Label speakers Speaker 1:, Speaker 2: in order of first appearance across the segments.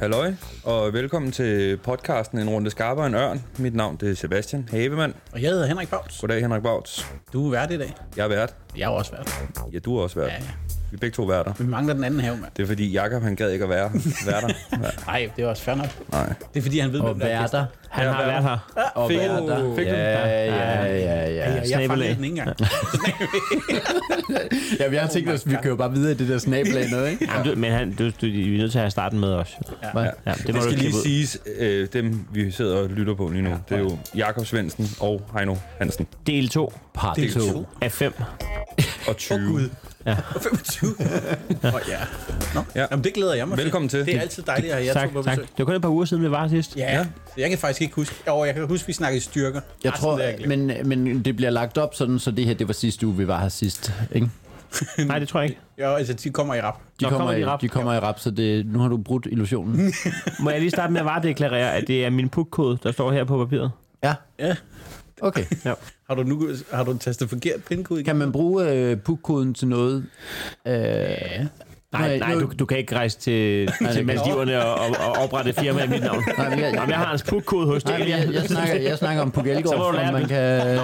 Speaker 1: Halløj, og velkommen til podcasten En Runde Skarper en Ørn. Mit navn det er Sebastian Havemann.
Speaker 2: Og jeg hedder Henrik Bavts.
Speaker 1: Goddag Henrik Bauts.
Speaker 2: Du er vært i dag.
Speaker 1: Jeg er vært.
Speaker 2: Jeg er jo også vært.
Speaker 1: Ja, du er også vært.
Speaker 2: Ja, ja.
Speaker 1: Vi er begge to værter.
Speaker 2: Vi mangler den anden have, mand.
Speaker 1: Det er fordi Jakob han gad ikke at være værter. Ja,
Speaker 2: Nej, det er også fair nok.
Speaker 1: nej.
Speaker 2: Det er fordi, han ved,
Speaker 3: Og værter. Han
Speaker 1: Ja,
Speaker 3: har
Speaker 1: værter.
Speaker 3: været her. Og
Speaker 1: Fik den.
Speaker 3: værter.
Speaker 1: Fik den.
Speaker 3: Ja, ja, ja,
Speaker 2: Ja,
Speaker 3: ja.
Speaker 2: jeg, jeg fangede den
Speaker 3: Snabelag.
Speaker 2: ikke engang.
Speaker 3: Ja, vi har tænkt os, vi kører bare videre i det der snabelag noget, ikke?
Speaker 4: Jamen, du, men han, du, du, vi er nødt til at have starten med os. Ja,
Speaker 3: Hvad?
Speaker 4: ja det må
Speaker 1: Det
Speaker 4: du
Speaker 1: skal
Speaker 4: ikke
Speaker 1: lige
Speaker 4: klippe ud.
Speaker 1: siges, øh, dem vi sidder og lytter på lige nu, det er jo Jakob Svendsen og Heino Hansen.
Speaker 4: Del 2
Speaker 3: Part
Speaker 2: Del to.
Speaker 3: 2.
Speaker 4: af 5.
Speaker 1: Og 20. Oh,
Speaker 2: Gud. Ja. 25. Åh, ja. Nå,
Speaker 1: Ja.
Speaker 2: ja. Jamen, det glæder jeg mig
Speaker 1: Velkommen til.
Speaker 2: Det er altid dejligt at have jer to
Speaker 4: Tak,
Speaker 2: på
Speaker 4: tak.
Speaker 2: besøg.
Speaker 4: Det var kun et par uger siden, vi var her sidst.
Speaker 2: Ja, Så jeg kan faktisk ikke huske. Jo, jeg kan huske, vi snakkede styrker. Ah,
Speaker 3: Jeg
Speaker 2: Resten
Speaker 3: tror,
Speaker 2: det har jeg glemt.
Speaker 3: men, men det bliver lagt op sådan, så det her, det var sidste uge, vi var her sidst, ikke?
Speaker 4: Nej, det tror jeg ikke.
Speaker 2: Jo, altså, de kommer i rap.
Speaker 3: De
Speaker 4: Nå,
Speaker 3: kommer,
Speaker 4: kommer de i
Speaker 3: i,
Speaker 4: rap?
Speaker 3: de kommer i rap, så det, nu har du brudt illusionen.
Speaker 4: Må jeg lige starte med at varedeklarere, at det er min pukkode, der står her på papiret.
Speaker 3: Ja,
Speaker 2: Ja.
Speaker 3: okay.
Speaker 4: Ja.
Speaker 2: Har du nu har du tastet forkert pindkode igen?
Speaker 3: Kan man bruge øh, pukkoden til noget? Øh,
Speaker 4: Nej, nej, du, du kan ikke rejse til, til Maldiverne og, og, og oprette et firma i mit navn.
Speaker 3: Nej, men jeg,
Speaker 4: Jamen, jeg har hans pukkode hos
Speaker 3: nej,
Speaker 4: dig. Ah,
Speaker 3: men jeg, jeg, snakker, jeg snakker om Puk Elgård,
Speaker 4: Så må du lære
Speaker 3: om man
Speaker 4: det.
Speaker 3: kan...
Speaker 2: Nå,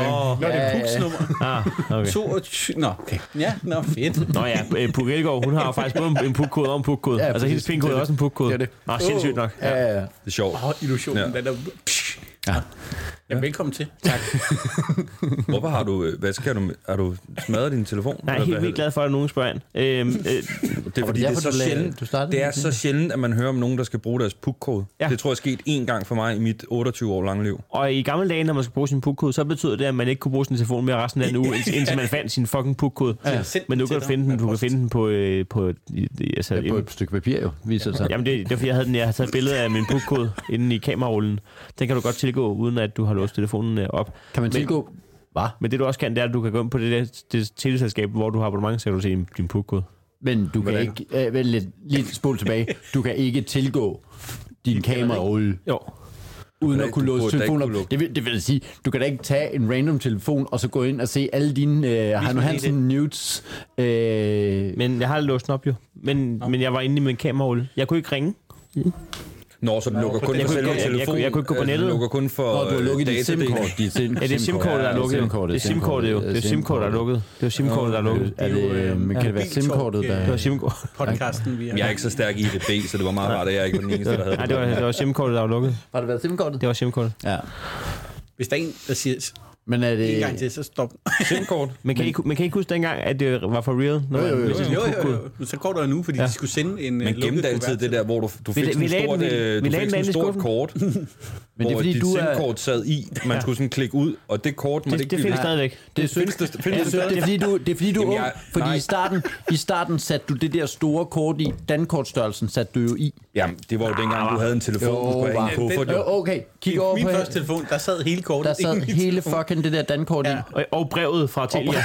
Speaker 2: det er
Speaker 3: Ja,
Speaker 2: Puks nummer.
Speaker 4: Ah, okay.
Speaker 2: 22. Nå, okay. Ja, nå, fedt.
Speaker 4: Nå ja, øh, Puk Elgård, hun har jo faktisk både en- en pukkode og en pukkode.
Speaker 3: Ja,
Speaker 4: altså,
Speaker 3: præcis.
Speaker 4: hendes pinkode er også en pukkode.
Speaker 3: Det er det.
Speaker 4: Nå, sindssygt nok.
Speaker 3: Ja, ja, ja.
Speaker 1: Det er sjovt.
Speaker 2: Åh, oh, illusionen,
Speaker 1: Ja.
Speaker 2: ja. den der... Psh. Ja. ja. Velkommen til. Tak.
Speaker 1: Hvorfor har du, øh, hvad skal du, med- har du smadret din telefon?
Speaker 4: Nej, jeg er
Speaker 1: Eller hvad
Speaker 4: helt vildt glad for, at nogen spørger ind. Øhm, øh,
Speaker 1: hedder Det er fordi, det er
Speaker 3: derfor,
Speaker 1: så
Speaker 3: du lagde-
Speaker 1: sjældent,
Speaker 3: du startede
Speaker 1: det er
Speaker 3: med
Speaker 1: så sjældent, at man hører om nogen, der skal bruge deres pukkode.
Speaker 4: Ja.
Speaker 1: Det tror jeg er sket én gang for mig i mit 28 år lange liv.
Speaker 4: Og i gamle dage, når man skulle bruge sin pukkode, så betød det, at man ikke kunne bruge sin telefon mere resten af den uge, indtil, indtil man fandt sin fucking pukkode. Ja.
Speaker 2: Send
Speaker 4: Men nu
Speaker 2: den til
Speaker 4: kan du
Speaker 2: dig
Speaker 4: finde den,
Speaker 2: med
Speaker 4: du kan
Speaker 2: post.
Speaker 4: finde den på... Øh, på et- i- i- altså,
Speaker 3: På
Speaker 4: inden,
Speaker 3: et stykke papir jo, viser det sig.
Speaker 4: jamen det, det er fordi, jeg havde, den, jeg havde taget et billede af min pukkode inden i kamerarullen. Den kan du godt tilgå, uden at du har låst telefonen øh, op.
Speaker 3: Kan man
Speaker 4: Men-
Speaker 3: tilgå... Hvad?
Speaker 4: Men det du også kan, det er, at du kan gå ind på det, der, det teleselskab, hvor du har abonnement, så kan du se din, din pukkode.
Speaker 3: Men du kan
Speaker 1: Hvordan?
Speaker 3: ikke... Øh, vel, lidt, lidt spol tilbage. Du kan ikke tilgå din kamerarulle,
Speaker 4: Jo.
Speaker 3: uden
Speaker 1: da
Speaker 3: at
Speaker 1: ikke-
Speaker 3: kunne
Speaker 1: du burde
Speaker 3: låse
Speaker 1: da ikke
Speaker 3: telefonen
Speaker 1: kunne lukke-
Speaker 3: op. Det vil, det vil sige, du kan da ikke tage en random telefon, og så gå ind og se alle dine øh, Heino
Speaker 2: mig lige
Speaker 3: Hansen nudes. Øh, men,
Speaker 4: Men jeg har låst den op jo. Men, men jeg var inde i min kamerarulle. Jeg kunne ikke ringe.
Speaker 1: Nå, så den lukker kun
Speaker 2: jeg
Speaker 1: for
Speaker 2: kunne
Speaker 1: selve
Speaker 2: ikke- jeg-
Speaker 4: jeg-
Speaker 1: telefonen.
Speaker 4: jeg kunne ikke gå på
Speaker 1: Altså, den
Speaker 4: nettet.
Speaker 1: lukker kun for
Speaker 3: og du har
Speaker 1: øh,
Speaker 3: lukket dit
Speaker 1: datadelen.
Speaker 3: SIM-kort. Dit sim
Speaker 4: Ja, det er simkortet, der er lukket. jo. Det er simkortet jo. Det er simkortet, der er lukket. Det er simkortet, der er lukket.
Speaker 3: Er det, øh, men kan det være
Speaker 2: Biltog,
Speaker 3: simkortet,
Speaker 2: øh,
Speaker 3: der...
Speaker 4: Det var simkortet.
Speaker 2: Podcasten, vi har.
Speaker 1: Men Jeg er ikke så stærk i IDB, så det var meget rart, at jeg ikke var den eneste, der havde
Speaker 4: Nej, det var, det var simkortet, der var lukket.
Speaker 3: Har det været simkortet?
Speaker 4: Det var simkortet.
Speaker 3: Ja.
Speaker 2: Hvis der er en, der siger s-
Speaker 3: Men er
Speaker 2: en
Speaker 3: det...
Speaker 2: gang til, så stop.
Speaker 1: SIM-kort.
Speaker 4: Men kan, I, men kan I ikke huske dengang, at det var for real? Når
Speaker 3: Jo,
Speaker 1: Øh,
Speaker 3: jo, jo.
Speaker 4: hvis det
Speaker 2: Jo,
Speaker 4: skulle
Speaker 2: jo,
Speaker 4: gå ud?
Speaker 2: jo. Men Så går der nu, fordi ja. de skulle sende en øh,
Speaker 1: Man
Speaker 2: lukket
Speaker 1: gemte altid
Speaker 2: kuvert
Speaker 1: det
Speaker 2: til
Speaker 1: der, hvor du, du fik
Speaker 4: Vi-
Speaker 1: sådan
Speaker 4: vi
Speaker 1: et
Speaker 4: lagde
Speaker 1: stort,
Speaker 4: den i-
Speaker 1: øh,
Speaker 4: vi
Speaker 1: du
Speaker 4: lagde
Speaker 1: fik
Speaker 4: den
Speaker 1: sådan et
Speaker 4: inde i
Speaker 1: stort
Speaker 4: skuffen.
Speaker 1: kort,
Speaker 3: Men det er
Speaker 1: hvor
Speaker 3: fordi,
Speaker 1: dit
Speaker 3: du er...
Speaker 1: SIM-kort sad i. Man skulle sådan klikke ud, og det kort måtte
Speaker 4: Det,
Speaker 1: ikke
Speaker 4: det findes
Speaker 1: blive-
Speaker 4: stadigvæk.
Speaker 3: Det er synd.
Speaker 1: Findes det-
Speaker 3: Det
Speaker 1: findes
Speaker 3: er,
Speaker 1: det
Speaker 3: synd. det er
Speaker 1: stadig?
Speaker 3: fordi, du, det er, fordi, du er
Speaker 1: Jamen,
Speaker 3: ung.
Speaker 1: jeg-
Speaker 3: Fordi
Speaker 1: nej.
Speaker 3: i starten, i starten satte du det der store kort i. Dankortstørrelsen satte du jo i.
Speaker 1: Jamen, det var jo dengang, du havde en telefon, du skulle have i en
Speaker 3: var-
Speaker 1: kuffert. jo.
Speaker 3: Jo, okay, kig over
Speaker 2: Min
Speaker 3: på
Speaker 2: første telefon, der sad hele kortet.
Speaker 3: Der sad
Speaker 2: inde i
Speaker 3: hele
Speaker 2: telefonen.
Speaker 3: fucking det der dankort i.
Speaker 2: Ja.
Speaker 4: Og, og brevet fra Telia.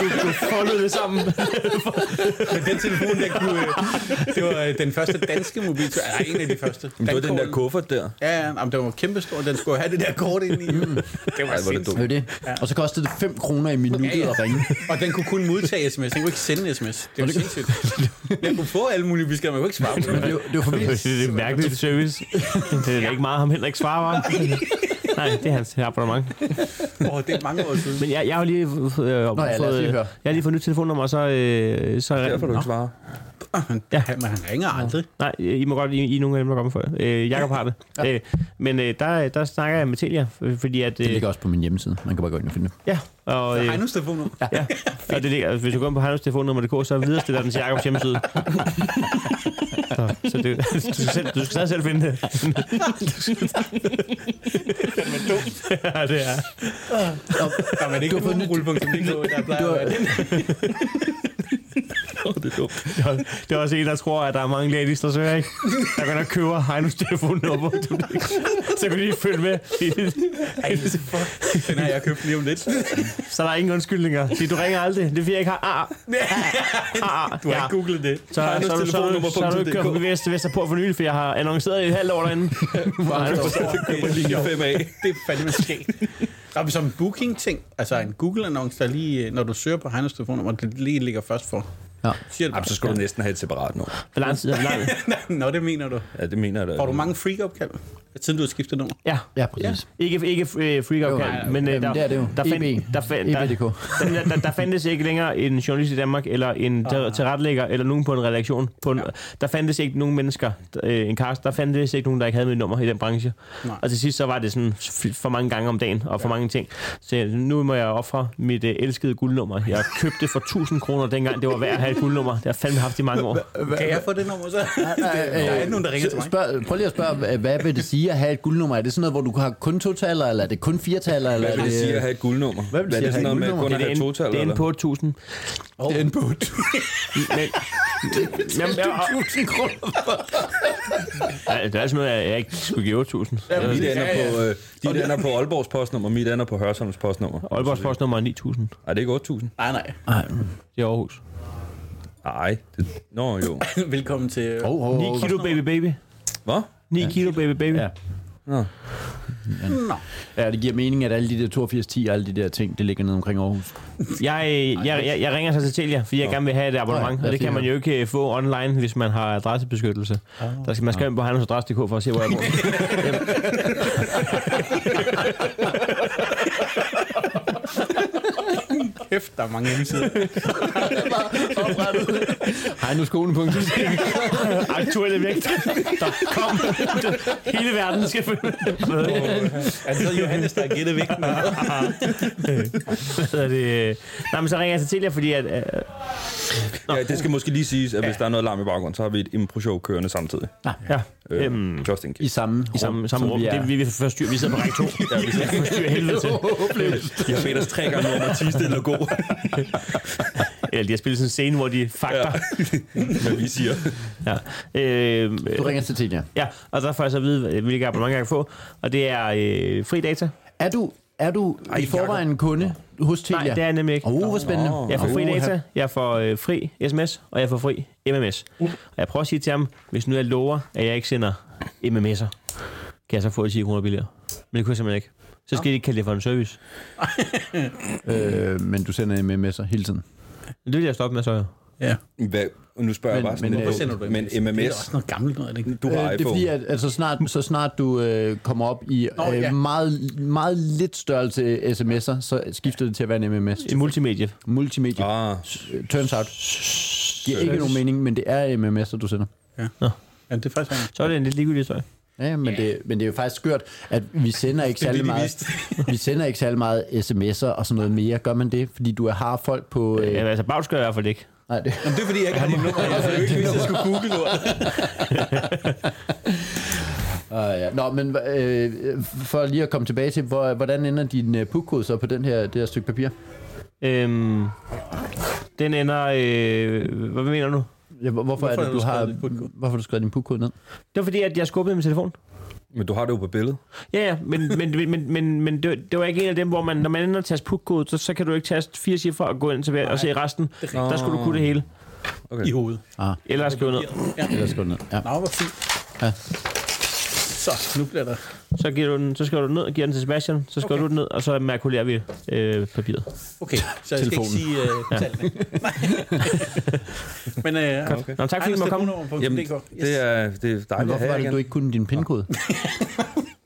Speaker 4: du, du foldede det sammen.
Speaker 2: Men den telefon, der kunne... øh, Det var øh, den første danske mobiltelefon. Nej, en af de første.
Speaker 1: Men Det var den der
Speaker 2: Dankorten.
Speaker 1: kuffert der.
Speaker 2: Ja, ja, jamen, den var kæmpestor. Den skulle have det der kort ind i. Det var
Speaker 1: Mm. Ej, hvor er det
Speaker 2: sindssygt.
Speaker 1: dumt.
Speaker 3: Det er det. Og så kostede det 5 kroner i minuttet at ringe.
Speaker 2: Og den kunne kun modtage sms. Den kunne ikke sende sms. Det var sindssygt. Den kunne få alle mulige beskeder, men man kunne ikke svare på dem.
Speaker 3: Men det var- det var for vildt.
Speaker 4: Det er et mærkeligt service. Det er da ikke meget, ham Henrik svarer om. Nej, det er hans abonnement.
Speaker 2: Åh, det er mange år siden.
Speaker 4: Men jeg, jeg har lige øh, Nå, ja,
Speaker 3: lad os
Speaker 4: fået,
Speaker 3: lige
Speaker 4: øh,
Speaker 3: høre.
Speaker 4: jeg har lige fået nyt telefonnummer, og så... Øh, så
Speaker 1: Derfor du ikke svarer.
Speaker 2: Ja, men han ringer aldrig.
Speaker 4: Nej, I må godt, I, I er nogle af dem, der kommer før. Øh, Jakob har det. Ja. Øh, men øh, der, der snakker jeg med Telia, øh, fordi at...
Speaker 3: Det
Speaker 4: Øh,
Speaker 3: ligger også på min hjemmeside. Man kan bare gå ind og finde det.
Speaker 4: ja, og, øh,
Speaker 2: Hegnus telefon nu.
Speaker 4: ja, og det ligger, hvis du går ind på Heinos telefonnummer.dk, så viderestiller den til Jakobs hjemmeside. så, så det, du, skal selv, du skal stadig selv finde det. ja, det er.
Speaker 2: Der var det ikke
Speaker 3: Du har fået
Speaker 2: nogen
Speaker 3: nyt-
Speaker 2: rullepunkt, der plejer
Speaker 3: Du
Speaker 2: at være
Speaker 3: har-
Speaker 2: det.
Speaker 1: Det er dumt.
Speaker 4: Det er også en, der tror, at der er mange ladies, der søger, ikke? Der går ind og køber Heinos telefonnummer. Du, så kan du lige følge med.
Speaker 2: Ej, fuck. ligesom Den har jeg købt lige om lidt.
Speaker 4: Så der er ingen undskyldninger. Fordi du ringer aldrig. Det er fordi, jeg ikke har... Ah, ah, ah,
Speaker 2: Du har ikke googlet det.
Speaker 4: Så, så, så, så, så, så er du ikke kommet vest, vest på for nylig, for jeg har annonceret i et halvt år derinde.
Speaker 1: Lige fem af.
Speaker 2: Det er fandme skægt. Der er som en booking-ting, altså en Google-annonce, der lige, øh, når du søger på Hegnus telefonnummer, det lige ligger først for.
Speaker 3: Nå.
Speaker 2: Siger du
Speaker 1: Jamen, så skulle du næsten have et separat nummer.
Speaker 4: Hvor lang tid? Hvor lang...
Speaker 2: bare. Nå, det mener du.
Speaker 1: Ja, det mener jeg da.
Speaker 2: Får du mange freak-opkald, siden du har skiftet nummer?
Speaker 4: Ja.
Speaker 3: Ja, præcis.
Speaker 4: Ikke, ikke øh, freak
Speaker 3: Jo,
Speaker 4: out
Speaker 3: nej,
Speaker 4: men øh,
Speaker 3: jamen,
Speaker 4: der,
Speaker 3: det er det jo. E
Speaker 4: der, fandt,
Speaker 3: EB.
Speaker 4: der, fandt, der,
Speaker 3: EB.dk.
Speaker 4: der, der, der fandtes ikke længere en journalist i Danmark, eller en ter- tilrettelægger, eller nogen på en redaktion. På en, ja. Der fandtes ikke nogen mennesker, øh, en cast, der fandtes ikke nogen, der ikke havde mit nummer i den branche.
Speaker 2: Nej.
Speaker 4: Og til sidst så var det sådan f- for mange gange om dagen, og for mange ting. Så jeg- nu må jeg ofre mit øh, elskede guldnummer. Jeg købte det for 1000 kroner dengang, det var værd at have et guldnummer. Det har jeg fandme haft i mange år.
Speaker 2: Kan jeg få det nummer så? Der er ikke nogen, der ringer til mig.
Speaker 3: Øh, Spørg, prøv lige at spørge, hva- hvad vil det sige at have et guldnummer? Er det sådan noget, hvor du har kun totaller, eller er det kun firetaller? Eller
Speaker 1: Hvad vil det sige at have et guldnummer?
Speaker 3: Hvad vil det
Speaker 1: er
Speaker 3: sige at
Speaker 1: sådan
Speaker 3: have
Speaker 1: noget
Speaker 3: et
Speaker 1: med at kun
Speaker 3: guldnummer?
Speaker 1: at have
Speaker 4: det er
Speaker 1: total?
Speaker 4: en, det er en på 1000.
Speaker 3: Det er en bot.
Speaker 4: Men, jamen, jeg,
Speaker 3: 1000 kroner.
Speaker 4: Ej, det er sådan noget, jeg, jeg ikke skulle give 8000.
Speaker 1: Mit
Speaker 2: Ja,
Speaker 1: ender
Speaker 2: ja.
Speaker 1: på, øh, dit ender på Aalborgs postnummer, mit ender på Hørsholms postnummer.
Speaker 4: Aalborgs postnummer er 9000.
Speaker 1: Nej, det er ikke 8.000.
Speaker 2: Nej, nej.
Speaker 4: Det er Aarhus.
Speaker 1: Nej. Det... Nå jo.
Speaker 2: Velkommen til...
Speaker 3: Oh, oh,
Speaker 4: 9
Speaker 3: oh.
Speaker 4: kilo baby baby.
Speaker 1: Hvad?
Speaker 4: 9 kilo baby baby.
Speaker 3: Ja.
Speaker 4: Ja.
Speaker 2: Nå.
Speaker 3: Ja, det giver mening, at alle de der 8210 og alle de der ting, det ligger nede omkring Aarhus.
Speaker 4: Jeg, øh, jeg, jeg, jeg ringer så til Telia, fordi jeg gerne vil have et abonnement,
Speaker 3: Nå, ja,
Speaker 4: og det kan
Speaker 3: fint.
Speaker 4: man jo ikke øh, få online, hvis man har adressebeskyttelse. Der skal man skrive ind på handelsadresse.dk for at se, hvor jeg bor.
Speaker 2: Kæft, der er mange hjemmesider.
Speaker 3: Hej nu skolen.
Speaker 4: Aktuelle vægt. Der kom. Hele verden skal følge med.
Speaker 2: Er det så Johannes, der har gættet vægten?
Speaker 4: Hvad hedder det? Nej, men så ringer jeg til Telia, fordi at, øh,
Speaker 1: Ja, det skal måske lige siges, at hvis der er noget larm i baggrunden, så har vi et impro-show kørende samtidig.
Speaker 4: ja,
Speaker 1: Øh,
Speaker 4: øhm,
Speaker 1: Just in case.
Speaker 3: I samme,
Speaker 4: i samme, samme
Speaker 3: som
Speaker 4: rum.
Speaker 3: Vi
Speaker 4: Det,
Speaker 3: er.
Speaker 4: vi, vi forstyrrer, vi sidder på række 2. Ja, vi sidder og forstyrrer helvede til. Øh,
Speaker 1: Jeg har Peters tre gange nummer, Tiste eller god,
Speaker 4: Eller de har spillet sådan en scene, hvor de fakter.
Speaker 1: hvad vi siger.
Speaker 4: Ja. Ja. Øh,
Speaker 3: Du ringer til Telia.
Speaker 4: ja, og der får jeg så at vide, hvilke abonnementer jeg kan få. Og det er øh, fri data.
Speaker 3: Er du, er du Ej, i forvejen kunde hos Telia?
Speaker 4: Nej, det er jeg nemlig ikke.
Speaker 3: Åh, oh, hvor spændende.
Speaker 1: Nå.
Speaker 4: Jeg får fri
Speaker 3: Åh,
Speaker 4: data, jeg får øh, fri sms, og jeg får fri MMS.
Speaker 3: Uh.
Speaker 4: Og jeg prøver at sige til ham, hvis nu jeg lover, at jeg ikke sender MMS'er, kan jeg så få 10 kroner billigere. Men det kunne jeg simpelthen ikke. Så skal de ikke kalde det for en service.
Speaker 3: her- Øh, men du sender MMS'er hele tiden.
Speaker 4: Men det vil jeg stoppe med, så jo.
Speaker 2: Ja.
Speaker 1: Hvad? Nu spørger jeg
Speaker 3: Men-
Speaker 1: bare sådan
Speaker 3: men,
Speaker 1: lidt
Speaker 3: øh,
Speaker 2: Hvorfor sender du
Speaker 1: dumt, Men
Speaker 2: Det er
Speaker 1: MMS,
Speaker 2: også noget gammelt noget, er det ikke?
Speaker 1: du har
Speaker 3: Øh, det er
Speaker 1: iPhone.
Speaker 3: fordi, at altså, snart, så snart du øh, kommer op i
Speaker 2: Nå,
Speaker 3: øh,
Speaker 2: ja.
Speaker 3: meget, meget lidt størrelse sms'er, så skifter det til at være en MMS.
Speaker 4: I multimedie.
Speaker 3: Multimedia.
Speaker 1: Ah,
Speaker 3: Øh, Turns out. Giver ikke nogen mening, men det er MMS'er, du sender.
Speaker 2: Ja, det er faktisk rigtigt.
Speaker 4: Så er det en lidt ligegyldig historie.
Speaker 3: Ja, men, yeah. det, men det er jo faktisk skørt, at vi sender ikke særlig
Speaker 2: det, de
Speaker 3: meget, vi sender ikke særlig meget sms'er og sådan noget mere. Gør man det? Fordi du har folk på... Øh,
Speaker 4: Ja, altså, Bavs gør jeg i hvert fald ikke.
Speaker 3: nej, det,
Speaker 2: Jamen, det er fordi, jeg ikke har dit nummer. Jeg havde ikke vidst, at jeg skulle google lort.
Speaker 3: uh, ja. Nå, men øh, for lige at komme tilbage til, hvor, hvordan ender din øh, pukkode så på den her, det her stykke papir?
Speaker 4: Øhm, den ender... Øh, hvad mener du?
Speaker 3: Ja, hvor- hvorfor, hvorfor er
Speaker 2: Hvorfor
Speaker 3: det,
Speaker 2: har du
Speaker 3: du har,
Speaker 2: skrevet din putkode?
Speaker 3: hvorfor har du skrevet din pukkode ned?
Speaker 4: Det var fordi, at jeg skubbede min telefon.
Speaker 1: men du har det jo på billedet.
Speaker 4: Ja, ja, men, men, men, men, men, men det, var- det var ikke en af dem, hvor man, når man ender at taste pukkode, så, så kan du ikke taste fire cifre og gå ind til hver og se resten. Der skulle du kunne det hele.
Speaker 2: I hovedet.
Speaker 4: Eller skrive ned.
Speaker 2: Ja.
Speaker 3: Eller skrevet ned? Ja.
Speaker 2: Nå, hvor fint.
Speaker 3: Ja.
Speaker 2: Så, nu bliver der...
Speaker 4: Så, giver du den, så skriver du den ned og giver den til Sebastian. Så skriver okay. du den ned, og så makulerer vi øh, papiret.
Speaker 2: Okay, så jeg
Speaker 3: Telefonen.
Speaker 2: skal ikke sige uh, tallene. Nej. Men uh, okay.
Speaker 4: Nå, tak fordi du måtte komme.
Speaker 1: Jamen, det er, det er
Speaker 3: Men
Speaker 1: dejligt at
Speaker 3: hvorfor var
Speaker 1: have
Speaker 3: det, du
Speaker 1: igen.
Speaker 3: ikke kunne din pindkode?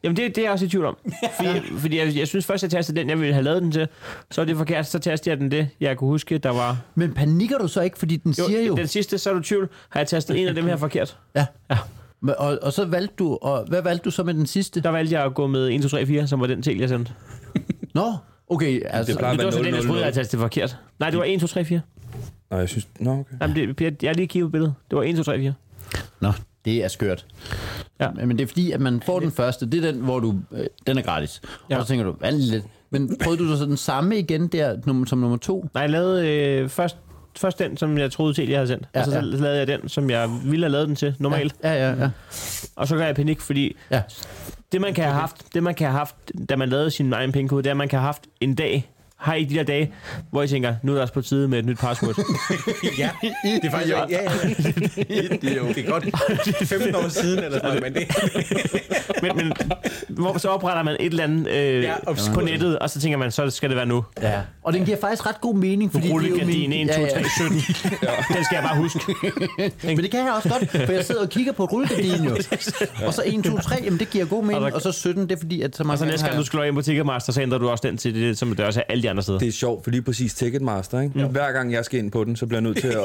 Speaker 4: Jamen, det, det er jeg også i tvivl om. Fordi, fordi jeg, jeg synes først, jeg tastede den, jeg ville have lavet den til. Så er det forkert, så tastede jeg den det, jeg kunne huske, der var...
Speaker 3: Men panikker du så ikke, fordi den jo, siger jo...
Speaker 4: Den sidste, så er du i tvivl. Har jeg tastet en af dem her forkert?
Speaker 3: Ja.
Speaker 4: Ja.
Speaker 3: Men- Og, og så valgte du... Og, hvad valgte du så med den sidste?
Speaker 4: Der valgte jeg at gå med 1, 2, 3, 4, som var den til, jeg sendte.
Speaker 3: Nå, okay. Altså,
Speaker 1: plejer at være
Speaker 4: Men det var så den, jeg
Speaker 1: 000.
Speaker 4: troede, jeg havde tastet forkert. Nej, det var 1, 2, 3, 4.
Speaker 1: Nå, jeg synes... Nå, okay.
Speaker 4: Jamen, det, jeg, jeg har lige kigget på billedet. Det var 1, 2, 3, 4.
Speaker 3: Nå, det er skørt.
Speaker 4: Ja.
Speaker 3: Ja. Men det er fordi, at man får den første, det er den, hvor du, øh, den er gratis. Ja.
Speaker 4: Ja.
Speaker 3: Og så tænker du, hvad er det lidt? Men prøvede du så den samme igen der, num- som nummer to?
Speaker 4: Nej, jeg lavede øh, først, først den, som jeg troede til, jeg havde sendt.
Speaker 3: Ja,
Speaker 4: Ja, og så,
Speaker 3: ja.
Speaker 4: ja. lavede jeg den, som jeg ville have lavet den til normalt.
Speaker 3: Ja, ja, ja.
Speaker 4: Og så gør jeg panik, fordi
Speaker 3: ja.
Speaker 4: det man, kan have haft, det, man kan have haft, da man lavede sin egen pengekode, det er, at man kan have haft en dag, Har I ikke de der dage, hvor I tænker, nu er det også på tide med et nyt password?
Speaker 2: Ja, det er faktisk... Ja, ja, ja. Det er godt 15 år siden, eller sådan noget, men det...
Speaker 4: men, men hvor, så opretter man et eller andet øh,
Speaker 2: Ja,
Speaker 4: ja,
Speaker 2: obskurt.
Speaker 4: på nettet, og så tænker man, så skal det være nu.
Speaker 3: Ja. Og den giver faktisk ret god mening, fordi det er jo
Speaker 4: Rullegardin
Speaker 3: min-
Speaker 4: 1, 2, 3, 17. Den skal jeg bare huske.
Speaker 3: Men det kan jeg også godt, for jeg sidder og kigger på rullegardinen jo. Og så 1, 2, 3, jamen det giver god mening.
Speaker 4: Og der-
Speaker 3: Og så 17, det er fordi, at så mange
Speaker 4: Og så næste gang, du skal logge ind på Ticketmaster, så ændrer du også den til det, som det også er alle de andre steder.
Speaker 1: Det er sjovt, for lige præcis Ticketmaster, ikke? Ja. Hver gang jeg skal ind på den, så bliver jeg nødt til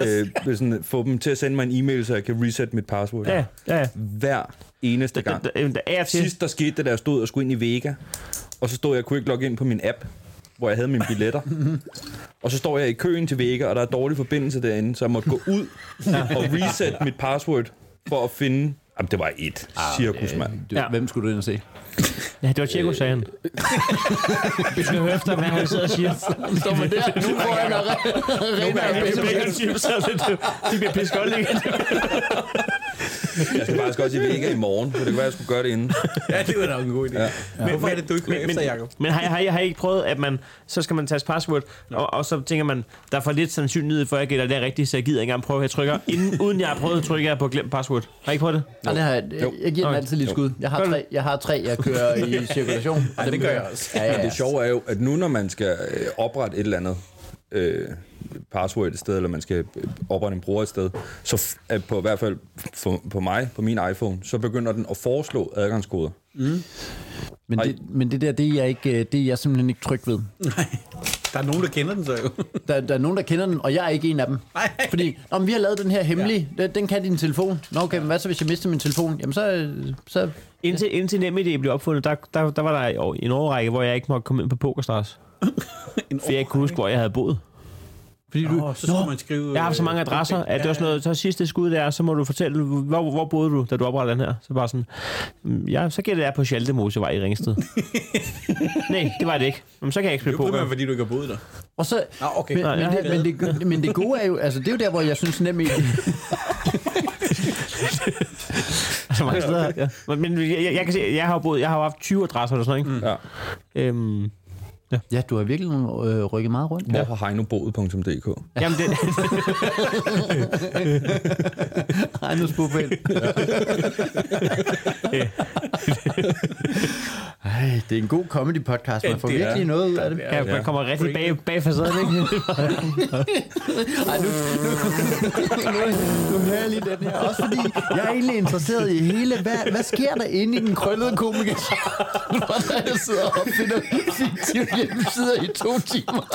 Speaker 1: at øh, sådan, få dem til at sende mig en e-mail, så jeg kan reset mit password.
Speaker 4: Ja, ja, ja.
Speaker 1: Hver eneste
Speaker 4: Der,
Speaker 1: gang.
Speaker 4: der, der, er jeg til.
Speaker 1: Sidst der skete det, da jeg stod og skulle ind i Vega, og så stod jeg og kunne ikke logge ind på min app, hvor jeg havde mine billetter. og så står jeg i køen til Vega, og der er dårlig forbindelse derinde, så jeg måtte gå ud og reset mit password for at finde... Jamen, det var et cirkus, mand.
Speaker 3: Du,
Speaker 4: Ja.
Speaker 3: Hvem skulle du ind og se?
Speaker 4: Ja, det var Tjekko, sagde han. Vi skal høre efter, hvad han sidder og siger.
Speaker 3: Står man der, nu får jeg noget
Speaker 4: Bacon chips, altså, det- de bliver pisse kolde igen.
Speaker 1: Jeg skal faktisk også i Vega i morgen, så det kan være, jeg skulle gøre det inden.
Speaker 2: Ja, det var nok en god idé. Men, Hvorfor er det, du ikke hører efter, Jacob?
Speaker 4: Men har, I- har, I, har I ikke prøvet, at man, så skal man tage password, og, og, så tænker man, der er for lidt sandsynlighed for, at jeg gætter det er rigtigt, så jeg gider ikke engang prøve, jeg trykker, inden, uden jeg har prøvet, trykker jeg på glem password. Har I ikke prøvet det?
Speaker 3: Nej, det har jeg, jeg giver den altid lige et skud. Jeg har, tre, jeg har tre, jeg kører i cirkulation.
Speaker 2: Ja,
Speaker 3: og
Speaker 2: det
Speaker 3: dem
Speaker 2: gør
Speaker 3: kører-
Speaker 2: jeg også.
Speaker 3: Ja, ja,
Speaker 1: Men
Speaker 3: ja.
Speaker 1: det sjove er jo, at nu når man skal øh, oprette et eller andet øh, password et sted, eller man skal øh, oprette en bruger et sted, så f- at på i hvert fald for, på mig, på min iPhone, så begynder den at foreslå adgangskoder.
Speaker 3: Men, det, men det der, det er jeg, ikke, øh, det er jeg simpelthen ikke tryg ved.
Speaker 2: Nej. Der er nogen, der kender den så jo.
Speaker 3: Der, der er nogen, der kender den, og jeg er ikke en af dem.
Speaker 2: Nej.
Speaker 3: Fordi, om vi har lavet den her hemmelige, ja. den, den kan din telefon. Nå, okay, men hvad så, hvis jeg mister min telefon? Jamen, så... øh, så
Speaker 4: Indtil, indtil NemID blev opfundet, der, der, der var der en årrække, hvor jeg ikke måtte komme ind på PokerStars. For jeg ikke kunne huske, hvor jeg havde boet.
Speaker 3: fordi du,
Speaker 2: Åh, så skulle man skrive...
Speaker 4: Jeg har haft så mange
Speaker 2: øh,
Speaker 4: adresser, at det var sådan noget, så sidste skud der, så må du fortælle, hvor, hvor boede du, da du oprettede den her? Så bare sådan, "Mm, ja, så gætter jeg på Schaldemosevej i Ringsted. Nej, det var det ikke. Jamen, så kan jeg ikke
Speaker 2: Det er
Speaker 4: spille
Speaker 2: jo
Speaker 4: poker.
Speaker 2: primært, fordi du ikke har boet der.
Speaker 3: og så
Speaker 2: Nå, okay.
Speaker 3: men,
Speaker 2: Nå,
Speaker 3: men,
Speaker 4: jeg
Speaker 3: det,
Speaker 4: har-
Speaker 3: men, det, men det gode er jo, altså det er jo der, hvor jeg synes nem i
Speaker 4: Så mange steder. Ja. Men, men jeg, jeg, jeg, kan se, jeg har jo boet, jeg har jo haft 20 adresser eller sådan noget,
Speaker 1: Ja.
Speaker 4: ikke? Mm. Øhm,
Speaker 3: Ja, du har virkelig øh, rykket meget rundt.
Speaker 1: Hvor har heinoboet.dk?
Speaker 4: jamen, det,
Speaker 3: Ej, nu spurgte Ej, det er en god comedy podcast. Man får
Speaker 2: det er-
Speaker 3: virkelig noget ud af det.
Speaker 4: ja, man kommer rigtig bag, bag facaden, ikke?
Speaker 3: Ej, nu, nu, nu, nu hører jeg lige den her. Også fordi, jeg er egentlig interesseret i hele, hvad, hvad sker der inde i den krøllede komiker? Hvor der, der sidder og opfinder fiktive hjemmesider i to timer.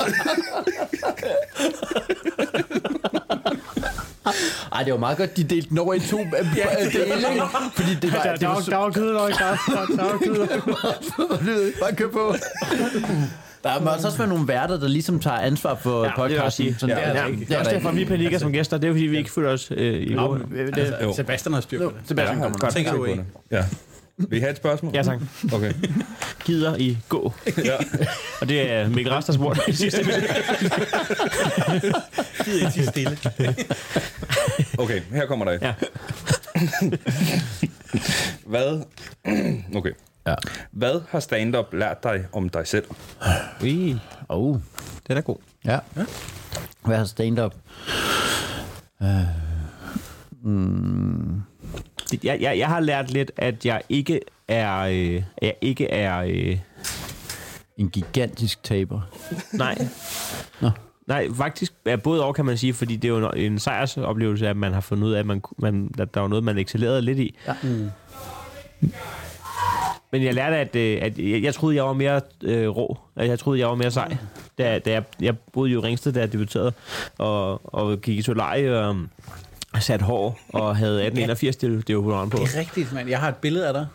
Speaker 3: Ej, det var meget godt, de delte den over i to øh, dele, ikke? Fordi det var, det var, så-
Speaker 4: var kødløg, der, der, der var kødløg.
Speaker 3: Bare kør på. Der må altså også være nogle værter, der ligesom tager ansvar for
Speaker 4: Ja, det vil jeg sige.
Speaker 3: podcasten. Sådan,
Speaker 2: Ja,
Speaker 3: der.
Speaker 2: det er
Speaker 4: Ja,
Speaker 2: rigtigt.
Speaker 4: det er også
Speaker 3: der
Speaker 4: derfor, vi panikker som gæster. Det er jo, fordi, vi ikke føler os øh, i gode.
Speaker 3: ikke.
Speaker 2: Altså,
Speaker 1: Jo.
Speaker 2: Sebastian har styr på det.
Speaker 3: Sebastian
Speaker 1: Ja,
Speaker 3: kommer
Speaker 1: godt.
Speaker 2: Tænker du ikke?
Speaker 1: Ja. Vil I have et spørgsmål?
Speaker 4: Ja, tak.
Speaker 1: Okay.
Speaker 4: Gider I gå?
Speaker 1: Ja.
Speaker 4: Og det er Mikkel Rastas mor, der i sidste episode.
Speaker 2: Det er ikke stille.
Speaker 1: Okay, her kommer der et.
Speaker 4: Ja.
Speaker 1: Hvad? Okay.
Speaker 3: Ja.
Speaker 1: Hvad har stand-up lært dig om dig selv?
Speaker 4: Ui,
Speaker 3: Oh,
Speaker 4: den er god.
Speaker 3: ja. Hvad har stand-up?
Speaker 4: Jeg, jeg, jeg har lært lidt, at jeg ikke er... Øh, jeg ikke er... Øh,
Speaker 3: En gigantisk taber.
Speaker 4: nej.
Speaker 3: Nå.
Speaker 4: Nej, faktisk er både over, kan man sige, fordi det er jo en en sejrsoplevelse, at man har fundet ud af, at, man, ku- man, at der var noget, man excellerede lidt i.
Speaker 3: Ja.
Speaker 2: Mm.
Speaker 4: Men jeg lærte, at, øh, at jeg, jeg troede, jeg var mere øh, rå. At jeg troede, jeg var mere sej. Da, da jeg, jeg boede jo i Ringsted, da jeg debuterede, og, og gik i solarie og um, sat hår, og havde 1881 det, det var på.
Speaker 2: Det er rigtigt, mand. Jeg har et billede af dig,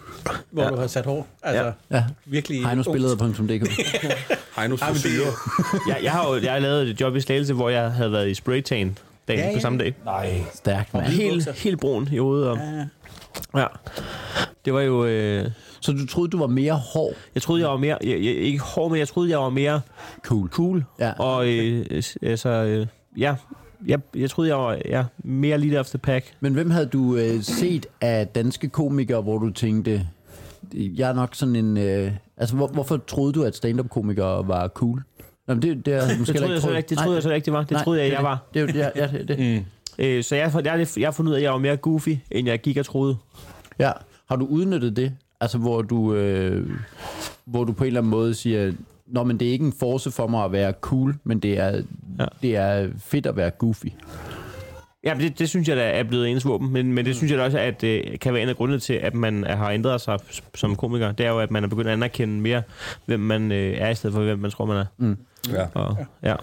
Speaker 2: hvor
Speaker 4: Ja.
Speaker 2: du har sat hår. Altså,
Speaker 3: Ja.
Speaker 2: virkelig...
Speaker 3: Hejnosbilleder.dk
Speaker 1: Heinos
Speaker 2: Ej, men det,
Speaker 1: frisyrer.
Speaker 4: Jeg, jeg har jo jeg har lavet et job i Slagelse, hvor jeg havde været i spraytan dagen
Speaker 2: Ja,
Speaker 4: ja,
Speaker 2: ja.
Speaker 4: ja. på samme dag.
Speaker 3: Stærkt, mand.
Speaker 4: Helt,
Speaker 2: bukser.
Speaker 4: helt brun i hovedet. Og,
Speaker 2: Ja.
Speaker 4: ja. Det var jo... Øh,
Speaker 3: Så du troede, du var mere hård?
Speaker 4: jeg troede, jeg var mere... Jeg, jeg, ikke hård, men jeg troede, jeg var mere...
Speaker 3: Cool.
Speaker 4: cool.
Speaker 3: Ja.
Speaker 4: Og øh, øh, altså, øh, ja, jeg, jeg troede, jeg var ja, mere lidt efter pack.
Speaker 3: Men hvem havde du øh, set af danske komikere, hvor du tænkte, jeg er nok sådan en, øh, Altså, hvor, hvorfor troede du, at stand-up-komikere var cool? Jamen, det, det har jeg måske
Speaker 4: Det
Speaker 3: heller
Speaker 4: troede
Speaker 3: ikke
Speaker 4: jeg så
Speaker 3: troet.
Speaker 4: ikke,
Speaker 3: Nej.
Speaker 4: det troede jeg så ikke, det var. Det
Speaker 3: Nej,
Speaker 4: troede jeg,
Speaker 3: det er
Speaker 4: jeg var.
Speaker 3: Det er jo det, ja, ja, det, er det. Mm.
Speaker 4: Øh, så jeg, jeg, jeg, jeg har fundet ud af, at jeg var mere goofy, end jeg gik og troede.
Speaker 3: ja. Har du udnyttet det? Altså, hvor du, øh, hvor du på en eller anden måde siger, Nå, men det er ikke en force for mig at være cool, men det er, ja.
Speaker 4: Ja.
Speaker 3: det er fedt at være goofy.
Speaker 4: Ja, men det, det synes jeg da er blevet ens våben, men, men det synes jeg da også, at øh, kan være en af grundene til, at man har ændret sig s- som komiker. Det er jo, at man er begyndt at anerkende mere, hvem man øh, er, i stedet for hvem man tror, man er. Mm.
Speaker 1: Ja.
Speaker 4: Og, ja.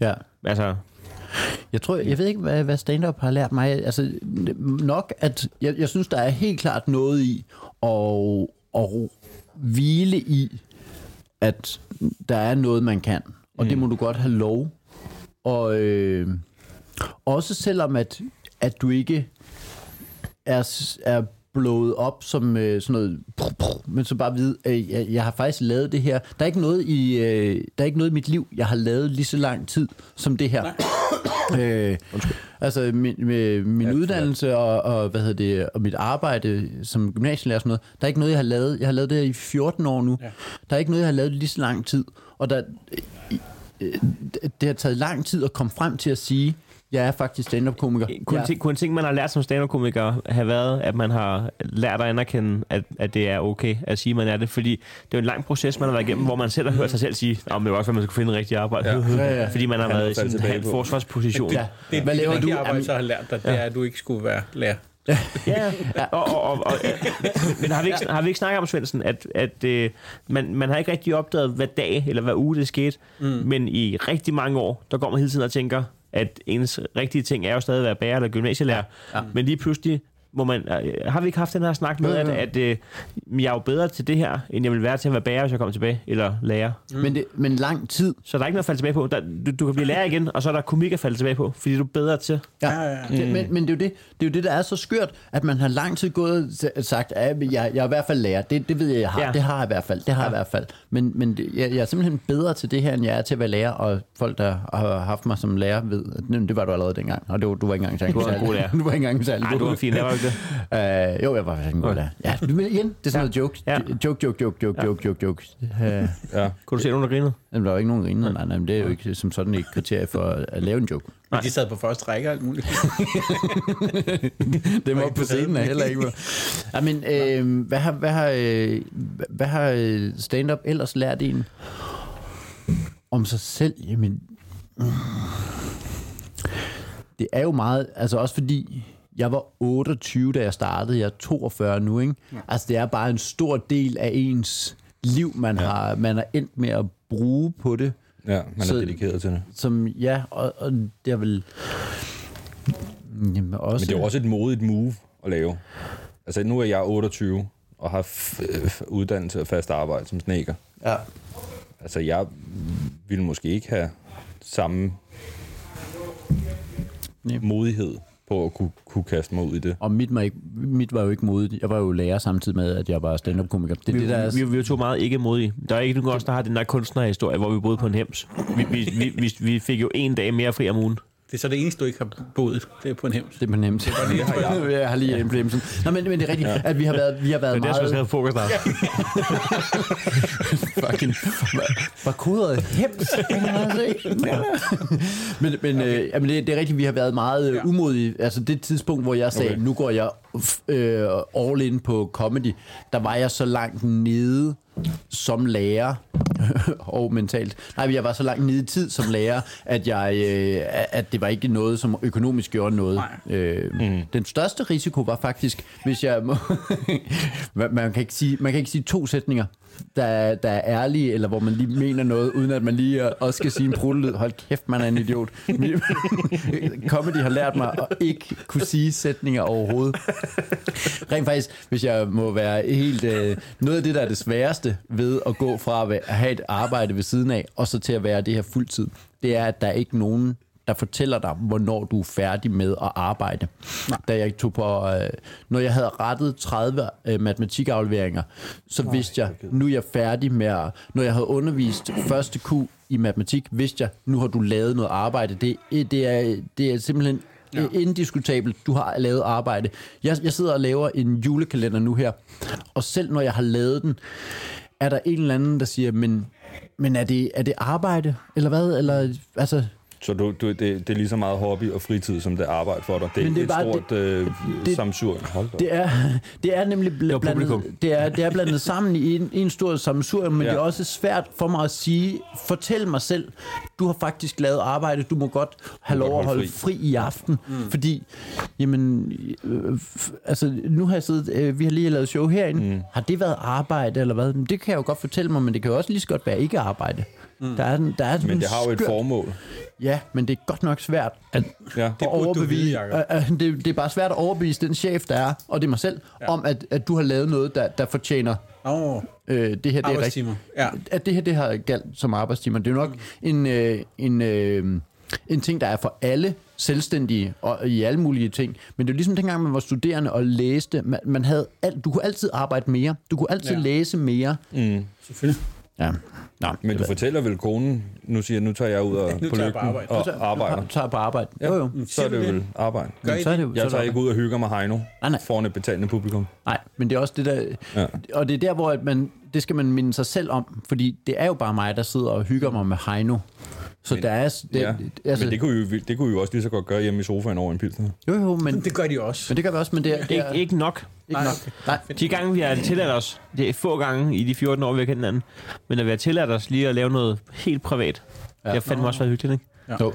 Speaker 3: Ja.
Speaker 4: Altså,
Speaker 3: Jeg tror, jeg ved ikke, hvad, hvad stand-up har lært mig. Altså, n- nok at, jeg, jeg synes, der er helt klart noget i at, at hvile i, at der er noget, man kan. Og mm. det må du godt have lov. Og øh, også selvom, at, at du ikke er, s- er blået op som øh, sådan noget, brr, brr, men så bare vide, øh, jeg, jeg har faktisk lavet det her. Der er ikke noget i, øh, der er ikke noget i mit liv, jeg har lavet lige så lang tid som det her. øh, altså min, med, min uddannelse og, og hvad hedder det og mit arbejde som gymnasielærer og sådan noget. Der er ikke noget jeg har lavet. Jeg har lavet det her i 14 år nu. Ja. Der er ikke noget jeg har lavet lige så lang tid. Og der øh, det- det har taget lang tid at komme frem til at sige, jeg er faktisk stand-up-komiker.
Speaker 4: kunne,
Speaker 3: Jeg-
Speaker 4: ja. ting, kunne en ting, man har lært som stand-up-komiker, have været, at man har lært at anerkende, at, at det er okay at sige, man er det? Fordi det er jo en lang proces, man har været igennem, hvor man selv har hørt sig selv sige, at det var også, at man skulle finde en rigtig arbejde. Ja.
Speaker 3: Ja, ja.
Speaker 4: Fordi man har været
Speaker 1: falde
Speaker 4: i sådan en
Speaker 1: tilbage
Speaker 4: halv
Speaker 1: på.
Speaker 4: forsvarsposition.
Speaker 3: Ja.
Speaker 2: Det er
Speaker 3: Hvad
Speaker 2: det,
Speaker 3: laver
Speaker 2: det rigtige
Speaker 3: du?
Speaker 2: arbejde,
Speaker 3: Jamen-
Speaker 2: så har lært dig, det er, at du ikke skulle være lærer.
Speaker 4: Ja, ja. Og, og, og, og, men har vi, ikke, har vi ikke snakket om, Svendsen, at, at øh, man, man har ikke rigtig opdaget, hvad dag eller hvad uge det skete, mm. men i rigtig mange år, der går man hele tiden og tænker, at ens rigtige ting er jo stadig at være bager eller gymnasielærer, ja. men lige pludselig må man, øh, har vi ikke haft den her snak med, at,
Speaker 3: Jo, jo.
Speaker 4: at øh, jeg er jo bedre til det her, end jeg vil være til at være bager, hvis jeg kommer tilbage, eller lærer.
Speaker 3: Men, det, men lang tid.
Speaker 4: Så der er ikke noget at falde tilbage på. Der, du, du kan blive lærer igen, og så er der komik at falde tilbage på, fordi du er bedre til.
Speaker 3: Ja. Ja, ja, ja. Det, men, men det, er jo det, det er jo det, der er så skørt, at man har lang tid gået og s- sagt, at jeg, jeg er i hvert fald lærer. Det, det ved jeg, jeg har. Ja.
Speaker 4: Ja.
Speaker 3: Det har jeg i hvert fald. Det har ja. jeg i hvert fald. Men, men det, jeg, jeg er simpelthen bedre til det her, end jeg er til at være lærer. Og folk, der har haft mig som lærer, ved, at "Jamen, det var du allerede dengang. Og det var, du var ikke engang særlig
Speaker 4: Du var en god lærer.
Speaker 3: Du var ikke engang særlig
Speaker 4: Nej, du er en fin lærer, var du ikke det?
Speaker 3: Øh, jo, jeg var faktisk en god lærer. Ja, men igen, det er sådan noget joke.
Speaker 4: Ja.
Speaker 3: Joke, joke, joke, joke, joke, joke, joke. Øh,
Speaker 1: Ja.
Speaker 4: Kunne du se nogen, der grinede?
Speaker 3: Jamen, der er jo ikke nogen griner. Nej, nej, men det er jo ikke som sådan et kriterie for at, at lave en joke.
Speaker 2: Men de sad på første række og alt muligt.
Speaker 3: Det var på scenen er heller ikke. Ja, men øh, hvad har, hvad har, øh, hvad- hvad har øh, stand-up ellers lært en om sig selv? Jamen, mm. det er jo meget, altså også fordi, jeg var 28, da jeg startede, jeg er 42 nu, ikke? Altså det er bare en stor del af ens liv, man, ja. har, man har endt med at bruge på det
Speaker 1: ja, man
Speaker 3: Så-
Speaker 1: er dedikeret til det.
Speaker 3: som ja, og, og det er vel jamen også...
Speaker 1: Men det er jo også et modigt move at lave. Altså, nu er jeg 28 og har f- øh, uddannelse og fast arbejde som sneker.
Speaker 3: Ja.
Speaker 1: Altså, jeg ville måske ikke have samme
Speaker 3: Nej.
Speaker 1: modighed på at kunne, kunne kaste mig ud i det.
Speaker 3: Og mit var, ikke, mit var jo ikke modigt. Jeg var jo lærer samtidig med, at jeg var stand-up-komiker. Det er det, der er...
Speaker 4: vi, vi, vi er to meget ikke modige. Der er ikke nogen af os, der har den der kunstnerhistorie, hvor vi boede på en hems. Vi, vi, vi, vi, vi fik jo en dag mere fri om ugen.
Speaker 2: Det er så det eneste, du ikke har boet. Det er på en hems.
Speaker 3: Det er nemt. Det har jeg. jeg har lige en fornemmelse. Nå, men, men det er rigtigt, ja. at vi har været, vi har været
Speaker 4: Men det er altså
Speaker 3: meget...
Speaker 4: sådan skrevet fokus der.
Speaker 3: fucking... Var koderet hems. Den har jeg set. men men øh, jamen, det, det er rigtigt, vi har været meget øh, umodige. Altså det tidspunkt, hvor jeg sagde, okay. nu går jeg f- øh, all in på comedy, der var jeg så langt nede som lærer, og mentalt. Nej, men jeg var så langt nede i tid som lærer, at, jeg, øh, at det var ikke noget, som økonomisk gjorde noget. Øh, mm. Den største risiko var faktisk, hvis jeg... Må, man, man kan ikke sige, man kan ikke sige to sætninger, der, er- der er ærlige, eller hvor man lige mener noget, uden at man lige øh, også skal sige en pruttelyd. Hold kæft, man er en idiot. Min- Comedy har lært mig at ikke kunne sige sætninger overhovedet. Rent faktisk, hvis jeg må være helt... Øh, noget af det, der er det sværeste ved at gå fra at, være, at have et arbejde ved siden af, og så til at være det her fuldtid, det er, at der er ikke nogen, der fortæller dig, hvornår du er færdig med at arbejde. Nej. Da jeg tog på... Øh, når jeg havde rettet 30 øh, matematikafleveringer, så Nej, vidste jeg, nu er jeg færdig med at... Når jeg havde undervist første Q i matematik, vidste jeg, nu har du lavet noget arbejde. Det, det, er, det er simpelthen Ja. Øh, Indiskutabelt, du har lavet arbejde. Jeg, jeg sidder og laver en julekalender nu her, og selv når jeg har lavet den, er der en eller anden, der siger, men, men er, det, er det arbejde, eller hvad? Eller, altså,
Speaker 1: Så du, du, det, det er lige så meget hobby og fritid, som det er arbejde for dig. Det er,
Speaker 3: Men det er
Speaker 1: et
Speaker 3: bare-
Speaker 1: stort øh,
Speaker 3: det-
Speaker 1: samsur. Hold da. op.
Speaker 3: Det er, det er nemlig bl-
Speaker 2: var publikum.
Speaker 3: blandet, det er, det er blandet sammen i en, i en stor samsur, men
Speaker 1: Ja.
Speaker 3: ja. det er også svært for mig at sige, fortæl mig selv, du har faktisk lavet arbejde, du må godt have
Speaker 1: godt
Speaker 3: lov at
Speaker 1: holde
Speaker 3: holde fri, i aften, mm. fordi, jamen, øh, f- altså, nu har jeg siddet, øh, vi har lige lavet show herinde, mm. har det været arbejde eller hvad? Men Det kan jeg jo godt fortælle mig, men det kan jo også lige så godt være ikke arbejde. Mm. Der er, den- der er sådan
Speaker 1: Men det har jo et
Speaker 3: skør-
Speaker 1: formål.
Speaker 3: Ja, men det er godt nok svært at
Speaker 1: Ja.
Speaker 3: det
Speaker 2: burde du vide,
Speaker 3: overbevise,
Speaker 2: Jacob.
Speaker 3: øh, øh, det, det er bare svært at overbevise den chef, der er, og det er mig selv, ja. om at, at du har lavet noget, der, der fortjener
Speaker 2: Åh, oh,
Speaker 3: øh, det her. Det er rigtigt.
Speaker 2: arbejdstimer. Ja.
Speaker 3: At det her, det har galt som arbejdstimer. Det er jo nok en, øh, en, øh, en ting, der er for alle selvstændige og i alle mulige ting. Men det er jo ligesom dengang, man var studerende og læste. Man, man havde alt, du kunne altid arbejde mere. Du kunne altid
Speaker 2: Ja.
Speaker 3: ja. læse mere.
Speaker 2: Selvfølgelig.
Speaker 3: Ja. Nå,
Speaker 1: Men du fortæller vel konen, nu siger jeg, nu tager jeg ud og
Speaker 2: tager
Speaker 1: på
Speaker 2: jeg
Speaker 1: lygten
Speaker 2: på arbejde.
Speaker 1: og arbejder.
Speaker 3: Du tager på arbejde. Ja. Jo, jo.
Speaker 1: Så er
Speaker 2: Siger
Speaker 1: det
Speaker 2: du
Speaker 1: vel
Speaker 2: det?
Speaker 1: arbejde.
Speaker 2: Gør I
Speaker 3: Så er det,
Speaker 2: det?
Speaker 3: jo- så er
Speaker 1: Jeg
Speaker 3: det
Speaker 1: tager
Speaker 3: arbejde.
Speaker 1: ikke ud og hygger mig Heino
Speaker 3: Ah, Nej, nej.
Speaker 1: foran et betalende publikum.
Speaker 3: Nej, men det er også det der...
Speaker 1: Ja.
Speaker 3: Ja. Og det er der, hvor at man, det skal man minde sig selv om, fordi det er jo bare mig, der sidder og hygger mig med Heino. Så men, der er... s- Det,
Speaker 1: Ja.
Speaker 3: altså,
Speaker 1: Men det kunne, I, jo- det kunne I jo også lige så godt gøre hjemme i sofaen over en pilsner.
Speaker 3: Jo, jo, men,
Speaker 2: Det gør de også.
Speaker 3: men det gør vi også, men det er, det er
Speaker 4: Ikke,
Speaker 3: ikke,
Speaker 4: ikke nok.
Speaker 3: ikke
Speaker 2: nej,
Speaker 3: nok. Nej,
Speaker 4: De gange, vi har tilladt os, det er få gange i de 14 år, vi har kendt hinanden, men når vi har tilladt os lige at lave noget helt privat, ja. det har fandme også været hyggeligt, ikke?
Speaker 3: no.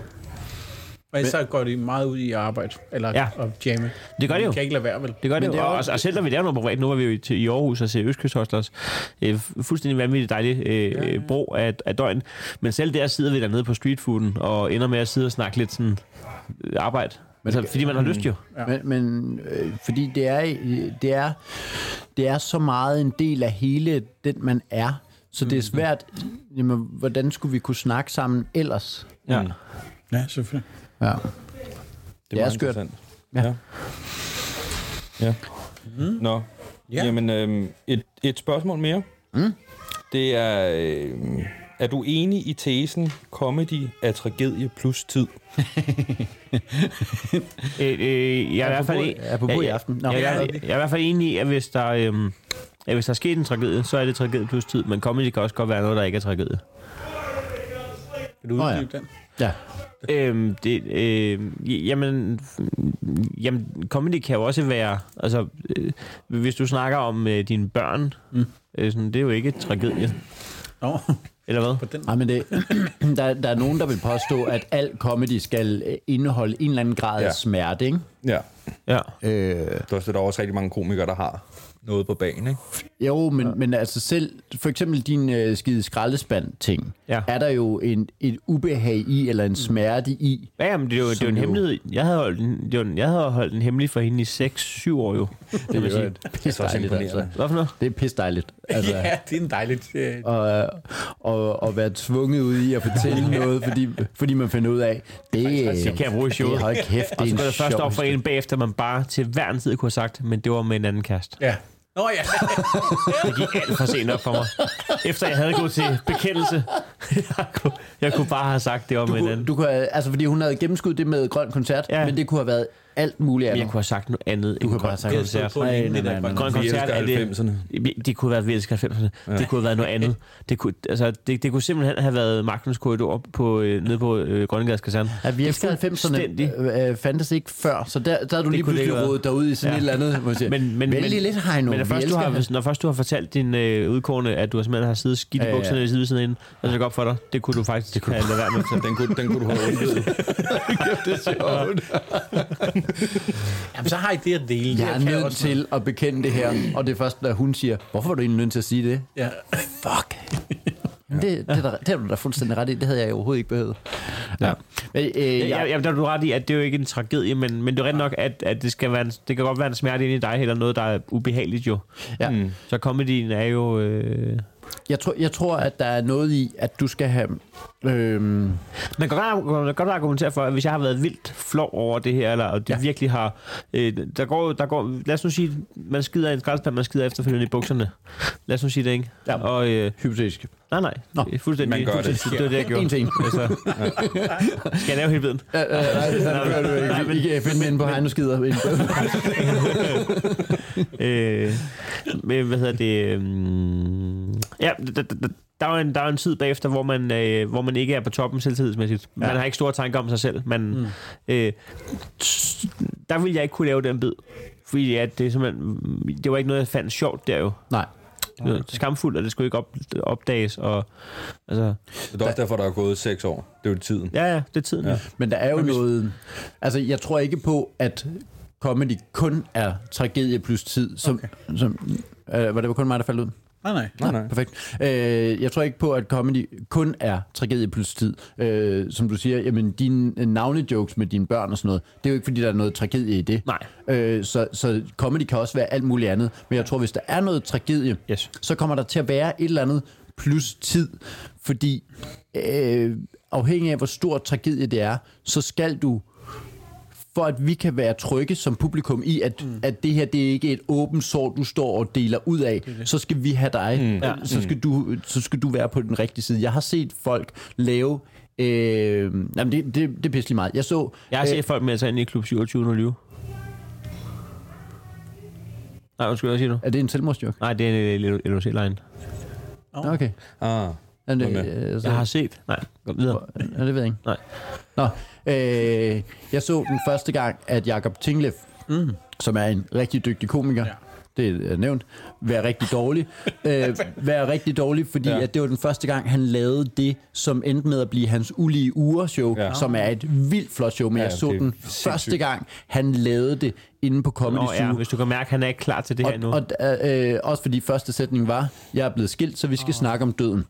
Speaker 2: Og så går de meget ud i arbejde, eller
Speaker 4: Ja.
Speaker 2: ja. og jamme.
Speaker 4: Det gør det jo.
Speaker 2: De kan ikke lade være, vel?
Speaker 4: Det gør det,
Speaker 3: Men
Speaker 4: det
Speaker 3: det
Speaker 4: jo.
Speaker 3: er
Speaker 4: Og,
Speaker 3: jo-
Speaker 4: og, og selv når vi laver noget privat, nu var vi jo i, til- i Aarhus og se Østkyst Hostlers. Øh, fu- fuldstændig vanvittigt dejlig øh, ja. bro af, af døgn. Men selv der sidder vi dernede på streetfooden og ender med at sidde og snakke lidt sådan øh, arbejde. Altså, fordi man har lyst jo.
Speaker 3: Ja. Men, men øh, fordi det er, øh, det, er, det er så meget en del af hele den, man er. Så det er svært, jamen, hvordan skulle vi kunne snakke sammen ellers?
Speaker 4: Ja.
Speaker 2: Ja, selvfølgelig.
Speaker 3: Ja. Det er
Speaker 1: meget
Speaker 3: skørt.
Speaker 1: interessant. Ja. ja. Mm. Nå.
Speaker 2: Ja.
Speaker 1: Ja. Jamen, øhm, et, et spørgsmål mere. Mm. Det er, øhm, er du enig i tesen, comedy er tragedie plus tid?
Speaker 4: Øh, øh, jeg er i hvert fald...
Speaker 3: Apropos- apropos i aften. Nå,
Speaker 4: Nå, jeg, jeg,
Speaker 3: ja.
Speaker 4: jeg, jeg er i hvert fald enig i, at hvis der... Øh, Ja, hvis der er sket en tragedie, så er det tragedie plus tid, men comedy kan også godt være noget, der ikke er tragedie.
Speaker 2: Kan du
Speaker 3: Nå, ja.
Speaker 2: uddybe den?
Speaker 3: Ja.
Speaker 4: Øhm, det, øhm, j- jamen, f- jamen, comedy kan jo også være, altså, øh, hvis du snakker om øh, dine børn, mm. øh, sådan, det er jo ikke tragedie,
Speaker 2: Nå,
Speaker 4: eller hvad?
Speaker 2: på den.
Speaker 3: Nej, men det, der, der er nogen, der vil påstå, at al comedy skal øh, indeholde en eller anden grad ja.
Speaker 1: Ja.
Speaker 3: af smerte, ikke?
Speaker 1: Ja.
Speaker 4: Ja.
Speaker 3: Øh,
Speaker 1: Der er også- der er også rigtig mange komikere, der har noget på banen, ikke?
Speaker 3: jo, men, ja. men altså selv, for eksempel din øh, skide skraldespand-ting,
Speaker 4: Ja.
Speaker 3: ja. er der jo en, et ubehag i, eller en smerte i.
Speaker 4: Ja, men Mm. det er jo, det er jo en
Speaker 3: jo-
Speaker 4: hemmelighed. Jeg havde, holdt en, det var en, jeg havde holdt en hemmelighed for hende i 6-7 år jo, kan man sige.
Speaker 3: Pisse dejligt, altså.
Speaker 1: imponerende.
Speaker 4: Hvad for noget?
Speaker 3: Det er pisse dejligt. Altså,
Speaker 2: Ja, det er en dejligt... Øh,
Speaker 3: og, og, og være tvunget ud i at fortælle noget, fordi, fordi man finder ud af, det,
Speaker 4: Det kan jeg bruge i showet.
Speaker 3: Det, hold kæft, det er
Speaker 4: Og så
Speaker 3: en
Speaker 4: går det først
Speaker 3: sjov
Speaker 4: op for en bagefter, man bare til hver en tid kunne have sagt, men det var med en anden kæreste.
Speaker 2: ja. Nå ja,
Speaker 4: Det gik alt for sent op for mig. Efter jeg havde gået til bekendelse, jeg kunne, jeg kunne bare have sagt, det var med en anden.
Speaker 3: Du kunne, have- altså fordi hun havde gennemskudt det med grøn koncert,
Speaker 4: Ja.
Speaker 3: ja. men det kunne have været alt muligt
Speaker 4: Men
Speaker 3: andet.
Speaker 4: jeg kunne have sagt noget andet du end
Speaker 3: kunne bare have sagt,
Speaker 4: grøn koncert.
Speaker 2: på linjen, det
Speaker 3: nej,
Speaker 2: der
Speaker 3: nej,
Speaker 4: Grøn
Speaker 2: grøn-
Speaker 1: Vi
Speaker 4: koncert
Speaker 1: elsker
Speaker 4: er det...
Speaker 1: 90'erne.
Speaker 4: Det kunne have været 90'erne. Ja. Det kunne have været noget andet. Det kunne, altså, det, det kunne simpelthen have været Magnus Korridor på, øh, nede på øh, Grønnegades Kaserne.
Speaker 3: At vi efter
Speaker 4: fuldstændig.
Speaker 3: 90'erne øh, øh, fandtes ikke før, så der, der er du lige
Speaker 4: kunne det ikke
Speaker 3: pludselig
Speaker 4: være.
Speaker 3: rodet dig ud i sådan
Speaker 4: Ja.
Speaker 3: ja. et eller andet. Hvor man siger,
Speaker 4: Men- men-
Speaker 3: Vælg
Speaker 4: men-
Speaker 3: lige lidt, Heino.
Speaker 4: Men når
Speaker 3: vi
Speaker 4: først, du
Speaker 3: elsker
Speaker 4: har,
Speaker 3: dig."
Speaker 4: når først du har fortalt din øh, udkårende, at du har simpelthen har siddet skidt
Speaker 3: Ja,
Speaker 4: i
Speaker 3: ja, ja.
Speaker 4: bukserne ja, ja. side ved siden af hende, og så er det godt for dig. Det kunne du faktisk det kunne have lade være med.
Speaker 1: Den kunne, den kunne du have undgået.
Speaker 2: jamen, så har I det at dele.
Speaker 3: Jeg
Speaker 2: Det kan
Speaker 3: er nødt
Speaker 2: også
Speaker 3: til at bekende det her, og det er først, når hun siger, hvorfor var du egentlig nødt til at sige det?
Speaker 2: noget. Ja.
Speaker 3: Fuck. Jamen, Det, det, er der, det har du da fuldstændig ret i. Det havde jeg overhovedet ikke behøvet. Ja. Men, øh,
Speaker 4: Ja, ja, ja, der er du ret i, at det er jo ikke en tragedie, men, men det er rigtigt nok, at, at det, skal være en, det kan godt være en smerte inde i dig, eller noget, der er ubehageligt jo.
Speaker 3: Ja.
Speaker 4: Mm. Så comedyen er jo... Øh,
Speaker 3: Jeg, tror, jeg tror, at der er noget i, at du skal have... Øhm,
Speaker 4: Man kan godt, man kan godt argumentere for, at hvis jeg har været vildt flov over det her, eller og det ja.
Speaker 3: Ja.
Speaker 4: virkelig har... Øh, der, går, der går... Lad os nu sige, man skider i en skraldespand, man skider efterfølgende i bukserne. Lad os nu sige det, ikke?
Speaker 3: Ja.
Speaker 4: Og, øh,
Speaker 3: hypotetisk.
Speaker 4: nej, nej.
Speaker 3: Nå.
Speaker 4: Nå, fuldstændig.
Speaker 1: Man gør det.
Speaker 4: fuldstændig, Det var det, jeg gjorde.
Speaker 3: En ting.
Speaker 4: Altså, skal jeg lave hele tiden?
Speaker 3: Øh, øh, nej, nej, nej, nej, nej, men, I kan finde den på Heino Skider.
Speaker 4: Øh, men hvad hedder det? øhm, øh, Ja, der, der, der, er jo en, der er jo en tid bagefter, hvor man, øh, hvor man ikke er på toppen selvtidsmæssigt. Man har ikke store tanker om sig selv. Man, mm. øh, t- der ville jeg ikke kunne lave den bid. Fordi ja, det, er simpelthen, det var ikke noget, jeg fandt sjovt der jo.
Speaker 3: Nej.
Speaker 4: Det var skamfuldt, og det skulle ikke op, opdages. Og, altså,
Speaker 1: Det er også derfor, der er gået seks år. Det er jo tiden.
Speaker 4: ja, ja, det er tiden. Ja.
Speaker 3: Men der er jo noget... Altså, jeg tror ikke på, at comedy kun er tragedie plus tid. Som, okay. som, øh, var det kun mig, der faldt ud?
Speaker 2: Nej, nej.
Speaker 1: Nej, nej.
Speaker 3: Perfekt. Øh, jeg tror ikke på, at comedy kun er tragedie plus tid. Øh, som du siger, jamen dine navnejokes med dine børn og sådan noget, det er jo ikke, fordi der er noget tragedie i det.
Speaker 4: Nej.
Speaker 3: Øh, så, så comedy kan også være alt muligt andet. Men jeg tror, hvis der er noget tragedie,
Speaker 4: Yes.
Speaker 3: så kommer der til at være et eller andet plus tid. Fordi øh, afhængig af, hvor stor tragedie det er, så skal du for at vi kan være trygge som publikum i, at, mm. at det her det er ikke et åbent sår, du står og deler ud af. Så skal vi have dig. Mm. Ja. Så, skal du, så skal du være på den rigtige side. Jeg har set folk lave... Øh, jamen det, det, det er pisselig meget. Jeg så...
Speaker 4: Jeg har set folk melde sig ind i klub 2720. Nej, undskyld, hvad siger du?
Speaker 3: er det en selvmordsjok?
Speaker 4: Nej, det er en øh, LOC-line.
Speaker 3: Oh. Okay.
Speaker 1: Ah.
Speaker 3: Jamen, det,
Speaker 1: Okay.
Speaker 3: øh, så-
Speaker 4: Jeg har set. Nej, gå videre.
Speaker 3: Ja, det ved jeg ikke.
Speaker 4: Nej.
Speaker 3: Nå, øh, jeg så den første gang, at Jakob Tinglev, mm. som er en rigtig dygtig komiker, ja. det er nævnt, være rigtig dårlig. Øh, være rigtig dårlig, fordi ja.
Speaker 1: Ja.
Speaker 3: at det var den første gang, han lavede det, som endte med at blive hans ulige ureshow, ja.
Speaker 1: Ja.
Speaker 3: som er et vildt flot show, men ja,
Speaker 1: Ja,
Speaker 3: jeg så
Speaker 1: det er
Speaker 3: den første gang, han lavede det inde på Comedy
Speaker 4: Nå,
Speaker 3: Zoo.
Speaker 4: ja, hvis du kan mærke, at han er ikke klar til det her nu.
Speaker 3: Og, og øh, også fordi første sætning var, jeg er blevet skilt, så vi skal oh. snakke om døden.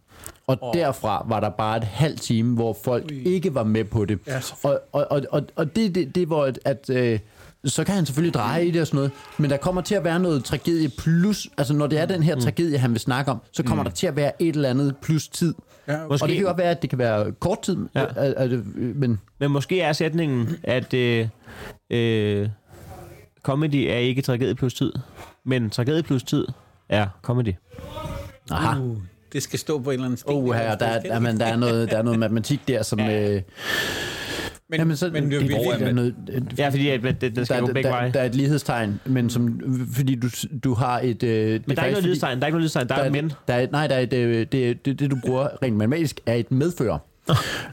Speaker 3: Og oh. derfra var der bare et halvt time, hvor folk Ui. ikke var med på det.
Speaker 2: Ja,
Speaker 3: og, og, og, og, og det, det, det var, at, at øh, så kan han selvfølgelig dreje i det og sådan noget, men der kommer til at være noget tragedie plus, altså når det er den her mm. tragedie, han vil snakke om, så kommer mm. der til at være et eller andet plus tid.
Speaker 2: Ja, okay.
Speaker 3: Måske. Og det kan godt være, at det kan være kort tid,
Speaker 4: Ja.
Speaker 3: ja. øh, øh, øh, men
Speaker 4: Men måske er sætningen, at øh, øh, comedy er ikke tragedie plus tid, men tragedie plus tid er comedy.
Speaker 3: aha.
Speaker 2: Uh, det skal stå på en eller anden sten.
Speaker 3: Oh, her, der, er- jamen, der, er noget, der er noget matematik der, som... Ja. Øh,
Speaker 2: men,
Speaker 3: jamen, så,
Speaker 2: men det,
Speaker 3: det,
Speaker 2: er
Speaker 3: det,
Speaker 2: jo
Speaker 1: hvor
Speaker 3: det,
Speaker 1: er
Speaker 2: vildt,
Speaker 3: det, er
Speaker 1: man-
Speaker 3: noget, øh,
Speaker 4: Ja, fordi at, at den skal
Speaker 3: der,
Speaker 4: gå begge
Speaker 3: der,
Speaker 4: veje.
Speaker 3: der er et lighedstegn, men som, fordi du, du har et... Øh, det
Speaker 4: men der er ikke noget
Speaker 3: lighedstegn,
Speaker 4: lydtegn, der er ikke noget lydtegn, der, der er et men.
Speaker 3: Der er, et- nej, der er et, øh, det, det, det, du bruger rent matematisk, er et medfører.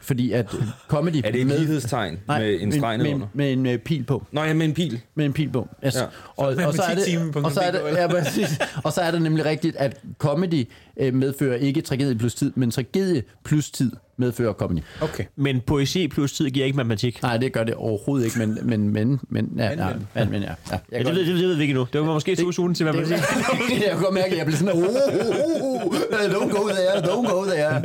Speaker 3: fordi at comedy...
Speaker 1: Er det et lighedstegn
Speaker 3: nej,
Speaker 1: med en streg
Speaker 3: med,
Speaker 1: under?
Speaker 3: med, en øh, pil på.
Speaker 1: Nå ja, med en pil.
Speaker 3: Med en pil på. Yes.
Speaker 1: Ja.
Speaker 3: Ja. Og, og, så er det,
Speaker 2: matematiktimen.dk,
Speaker 3: og, så er det, ja, præcis. og så er det nemlig rigtigt, at comedy øh, medfører ikke tragedie plus tid, men tragedie plus tid medfører comedy.
Speaker 2: Okay.
Speaker 4: Men poesi plus tid giver ikke matematik.
Speaker 3: Nej, det gør det overhovedet ikke, men... men, men, men, ja, ja, men, men ja, ja. Jeg
Speaker 4: Ja, det,
Speaker 3: kan-
Speaker 4: ved, det, det ved vi ikke nu. Det var måske to ugen til
Speaker 3: Det,
Speaker 4: matematik.
Speaker 3: jeg kunne godt mærke, at jeg blev sådan, oh, oh, oh, oh, don't go there, don't go there.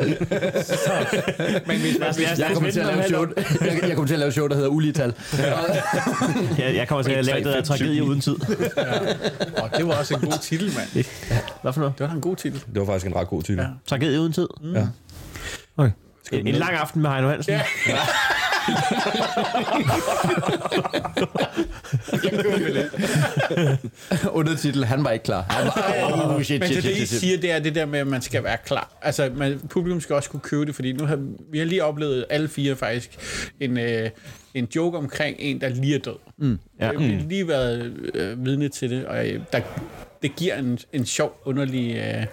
Speaker 2: Men hvis Altså, man,
Speaker 4: Lad os- lad
Speaker 3: Jeg
Speaker 4: os
Speaker 3: kommer til at
Speaker 4: vente
Speaker 3: lave
Speaker 4: med
Speaker 3: show,
Speaker 4: at
Speaker 3: jeg, jeg kommer til at lave show, der hedder Ulital.
Speaker 4: lave- Jeg, jeg kommer til at lave det der tragedie uden tid.
Speaker 2: oh, det var også en god titel, mand.
Speaker 4: Hvad for noget?
Speaker 2: Det var da en god titel.
Speaker 1: Det var faktisk en ret god titel. Ja.
Speaker 4: Tragedie uden tid?
Speaker 1: Ja.
Speaker 4: Okay. En, en lang aften med Heino Hansen. Ja.
Speaker 3: Undertitel, han var ikke klar. Han var, oh, shit,
Speaker 2: Men det,
Speaker 3: shit,
Speaker 2: det I
Speaker 3: shit, shit, shit.
Speaker 2: siger, det er det der med, at man skal være klar. Altså, man, publikum skal også kunne købe det, fordi nu har vi har lige oplevet alle fire faktisk en, øh, en joke omkring en, der lige er død. Mm.
Speaker 4: Ja.
Speaker 2: Ja. Vi har lige været øh, vidne til det, og øh, der, det giver en, en sjov, underlig øh,